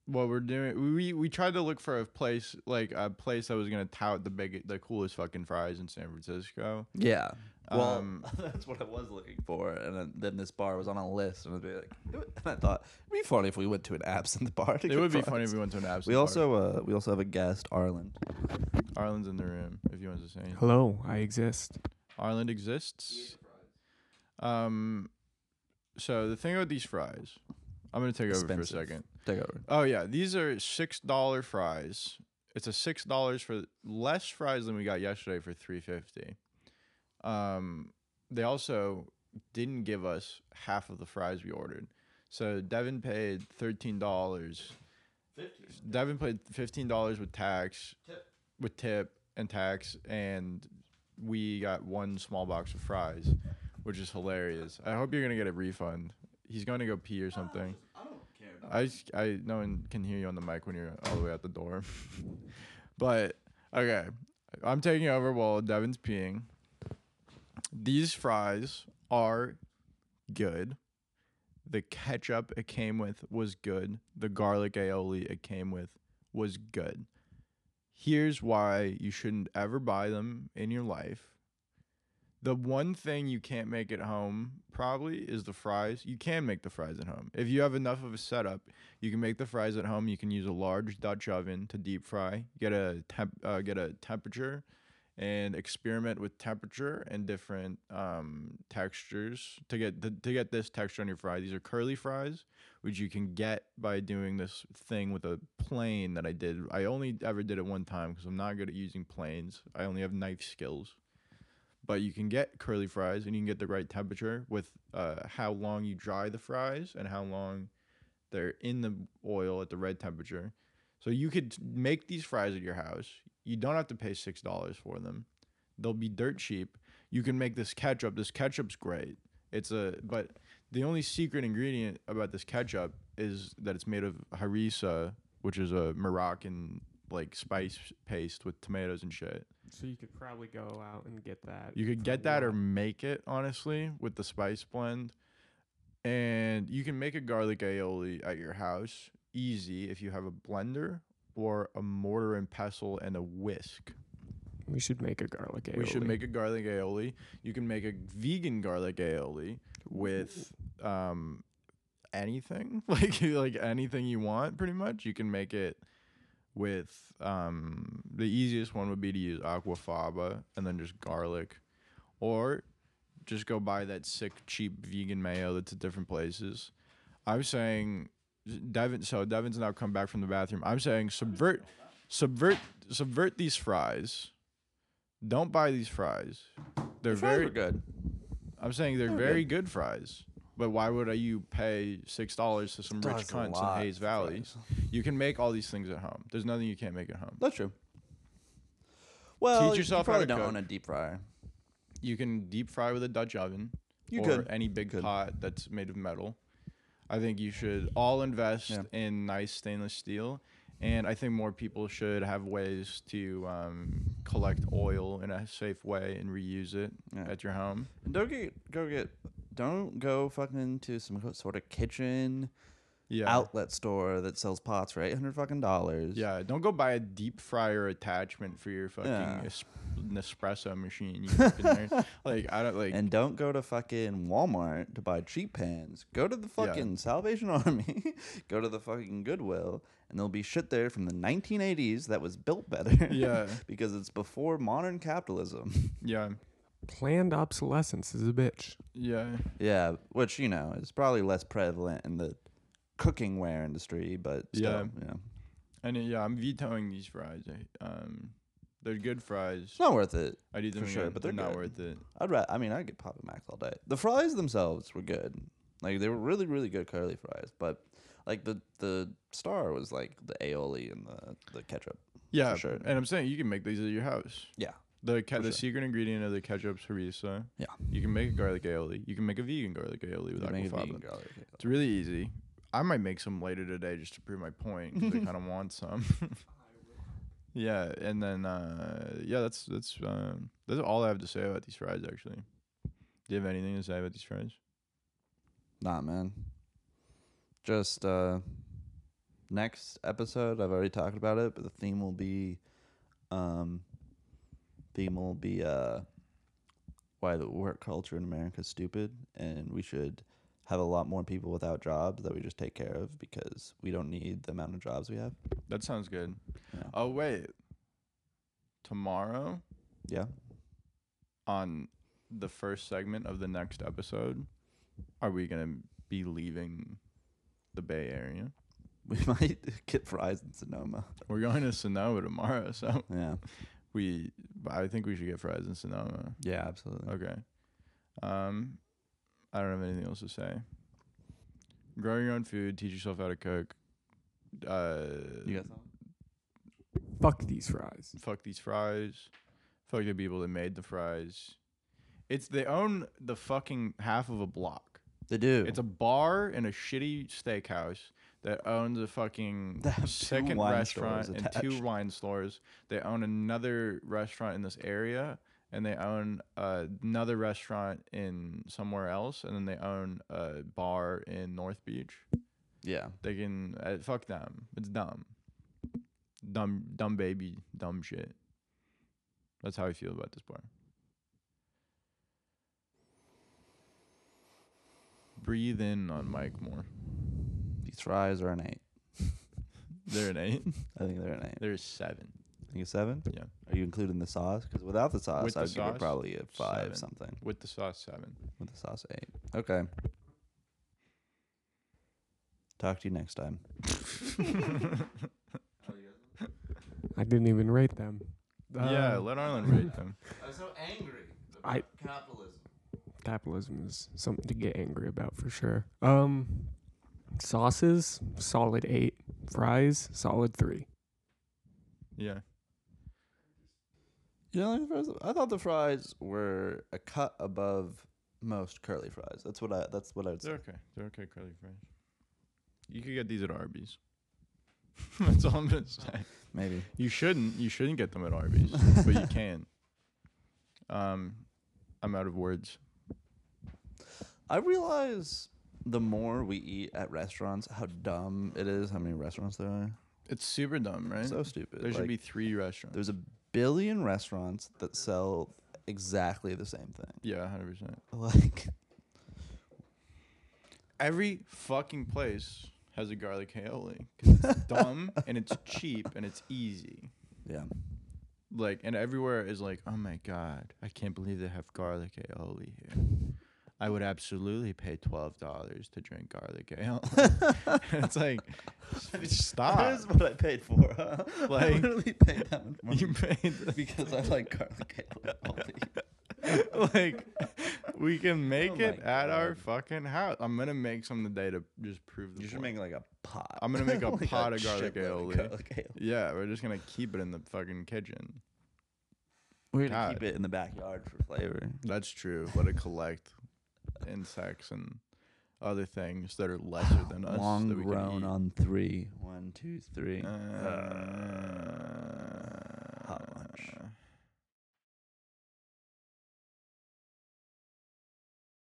S5: what we're doing, we we tried to look for a place like a place that was gonna tout the big, the coolest fucking fries in San Francisco.
S4: Yeah. Well,
S5: Um,
S4: that's what I was looking for, and then, then this bar was on a list, and, it'd be like, it would- and I thought it'd be funny if we went to an absinthe bar. To
S5: It would be funny if we went to an absinthe.
S4: We also uh, we also have a guest, Arlen.
S5: bar. Arlen's in the room if you want to say. anything.
S7: Hello, I exist.
S5: Ireland exists. Um, so the thing about these fries, I'm gonna take over
S4: Expensive.
S5: for a second.
S4: Take over.
S5: Oh yeah, these are six dollar fries. It's a six dollars for less fries than we got yesterday for three fifty. Um, they also didn't give us half of the fries we ordered, so Devin paid thirteen dollars. Devin paid fifteen dollars with tax, with tip and tax, and we got one small box of fries, which is hilarious. I hope you're gonna get a refund. He's going to go pee or something. I s- I no one can hear you on the mic when you're all the way out the door. but okay, I'm taking over while Devin's peeing. These fries are good. The ketchup it came with was good. The garlic aioli it came with was good. Here's why you shouldn't ever buy them in your life. The one thing you can't make at home probably is the fries. You can make the fries at home. If you have enough of a setup, you can make the fries at home. You can use a large Dutch oven to deep fry. Get a temp, uh, get a temperature, and experiment with temperature and different um, textures to get to, to get this texture on your fry. These are curly fries, which you can get by doing this thing with a plane that I did. I only ever did it one time because I'm not good at using planes. I only have knife skills but you can get curly fries and you can get the right temperature with uh, how long you dry the fries and how long they're in the oil at the right temperature. So you could make these fries at your house. You don't have to pay six dollars for them. They'll be dirt cheap. You can make this ketchup. This ketchup's great. It's a but the only secret ingredient about this ketchup is that it's made of harissa, which is a Moroccan like spice paste with tomatoes and shit.
S7: So you could probably go out and get that.
S5: You could
S7: for
S5: get that or
S7: what?
S5: make it, honestly, with the spice blend. And you can make a garlic aioli at your house easy if you have a blender or a mortar and pestle and a whisk.
S7: we should make a garlic aioli.
S5: We should make a garlic aioli. You can make a vegan garlic aioli with um, anything, like like anything you want, pretty much. You can make it with um, the easiest one would be to use aquafaba and then just garlic, or just go buy that sick cheap vegan mayo that's at different places. I'm saying Devin. So Devin's now come back from the bathroom. I'm saying subvert, subvert, subvert these fries. Don't buy these fries. They're very
S4: good.
S5: I'm saying they're very good. fries. But why would I you pay six dollars to some rich
S4: Dollars is a
S5: cunts
S4: lot
S5: in Hayes
S4: for
S5: Valley? You can make all these things at home. There's nothing you can't make at home.
S4: That's true. Well,
S5: Teach yourself
S4: you
S5: how
S4: probably
S5: to
S4: don't
S5: cook.
S4: own a deep fryer.
S5: You can deep fry with a Dutch oven.
S4: You
S5: or
S4: could.
S5: any big
S4: Could.
S5: pot that's made of metal. I think you should all invest in nice stainless steel. And I think more people should have ways to um, collect oil in a safe way and reuse it
S4: Yeah.
S5: at your home.
S4: And don't get go get don't go fucking to some co- sort of kitchen
S5: Yeah.
S4: outlet store that sells pots for eight hundred fucking dollars.
S5: Yeah, don't go buy a deep fryer attachment for your fucking
S4: Yeah.
S5: es- Nespresso machine. You fucking nerd. like I don't like.
S4: And don't go to fucking Walmart to buy cheap pans. Go to the
S5: Yeah.
S4: fucking Salvation Army. go to the fucking Goodwill, and there'll be shit there from the 1980s that was built better.
S5: Yeah.
S4: because it's before modern capitalism.
S5: yeah,
S7: Planned obsolescence is a bitch.
S5: yeah,
S4: yeah, which you know is probably less prevalent in the cooking ware industry, but still,
S5: Yeah.
S4: you know,
S5: and uh, yeah, I'm vetoing these fries. I- Um, they're good fries.
S4: it's not worth it.
S5: I'd eat
S4: for
S5: them
S4: sure,
S5: again.
S4: but they're
S5: not
S4: good.
S5: worth it.
S4: I'd rather. I mean, I'd get Papa Max all day. The fries themselves were good. Like they were really, really good curly fries. But like the the star was like the aioli and the the ketchup.
S5: Yeah,
S4: sure.
S5: and I'm saying you can make these at your house.
S4: Yeah.
S5: The ke-
S4: For
S5: the
S4: sure.
S5: secret ingredient of the ketchup harissa.
S4: Yeah.
S5: you can make a garlic aioli. You can make a vegan garlic aioli with
S4: You make a
S5: aquafaba.
S4: vegan garlic aioli.
S5: It's really easy. I might make some later today just to prove my point 'cause I kind of want some. yeah, and then uh, yeah, that's that's um, that's all I have to say about these fries. Actually, do you have anything to say about these fries?
S4: Nah, man. Just uh next episode. I've already talked about it, but the theme will be um theme will be uh why the work culture in America is stupid and we should have a lot more people without jobs that we just take care of because we don't need the amount of jobs we have.
S5: That sounds good.
S4: Yeah.
S5: Oh wait, tomorrow
S4: Yeah.
S5: on the first segment of the next episode, are we gonna be leaving the Bay Area?
S4: We might get fries in Sonoma.
S5: We're going to Sonoma tomorrow, so
S4: Yeah.
S5: we. I think we should get fries in Sonoma.
S4: Yeah, absolutely.
S5: Okay. Um, I don't have anything else to say. Grow your own food. Teach yourself how to cook. Uh,
S4: You got something?
S7: Fuck these fries.
S5: fuck these fries. Fuck the people that made the fries. It's they own the fucking half of a block.
S4: They do.
S5: It's a bar and a shitty steakhouse that owns a fucking
S4: They have two
S5: second
S4: wine
S5: restaurant
S4: stores
S5: and two
S4: attached.
S5: wine stores. They own another restaurant in this area, and they own uh, another restaurant in somewhere else, and then they own a bar in North Beach.
S4: yeah.
S5: They can uh, fuck them. It's dumb, dumb, dumb baby, dumb shit. That's how I feel about this bar. Breathe in on Mike more.
S4: These fries are an eight.
S5: They're an eight.
S4: I think they're an eight.
S5: They're a seven.
S4: I think a seven.
S5: Yeah.
S4: Are you including the sauce? Because without the sauce,
S5: With the
S4: I'd give
S5: sauce,
S4: it probably a five
S5: seven.
S4: something.
S5: With the sauce, seven.
S4: With the sauce, eight. Okay. Talk to you next time.
S7: I didn't even rate them.
S5: yeah,
S7: Um,
S5: let Arlen rate them.
S4: I'm so angry
S7: I-
S4: capitalism.
S7: capitalism is something to get angry about for sure. Um, sauces, solid eight. Fries, solid three.
S5: Yeah.
S4: You don't like the fries? I thought the fries were a cut above most curly fries. That's what I. That's what I would say.
S5: They're okay. They're okay, curly fries. You could get these at Arby's. That's all I'm gonna say.
S4: Maybe.
S5: You shouldn't. You shouldn't get them at Arby's, but you can. Um, I'm out of words.
S4: I realize the more we eat at restaurants, how dumb it is. How many restaurants there are?
S5: It's super dumb, right?
S4: So stupid.
S5: there should
S4: Like,
S5: be three restaurants.
S4: There's a billion restaurants that sell exactly the same thing.
S5: yeah, hundred percent.
S4: Like,
S5: Every fucking place has a garlic aioli because it's dumb and it's cheap and it's easy.
S4: yeah.
S5: Like, and everywhere is like, oh my god, I can't believe they have garlic aioli here. I would absolutely pay twelve dollars to drink garlic aioli. and it's like, stop.
S4: Here's what I paid for. Huh? I
S5: Like-
S4: literally paid that much money
S5: You paid
S4: because I like garlic aioli.
S5: like we can make
S4: Oh my
S5: it at our
S4: God.
S5: fucking house. I'm gonna make some today to just prove the
S4: You should
S5: point.
S4: make like a pot.
S5: I'm gonna make a
S4: Like
S5: pot of garlic
S4: shitload
S5: aioli.
S4: of garlic aioli.
S5: yeah, we're just gonna keep it in the fucking kitchen.
S4: We're gonna
S5: God.
S4: keep it in the backyard for flavor.
S5: That's true. Let it collect insects and other things that are lesser than us.
S4: Long
S5: that we can
S4: groan
S5: eat.
S4: on three. One, two, three.
S5: Uh,
S4: Hot lunch.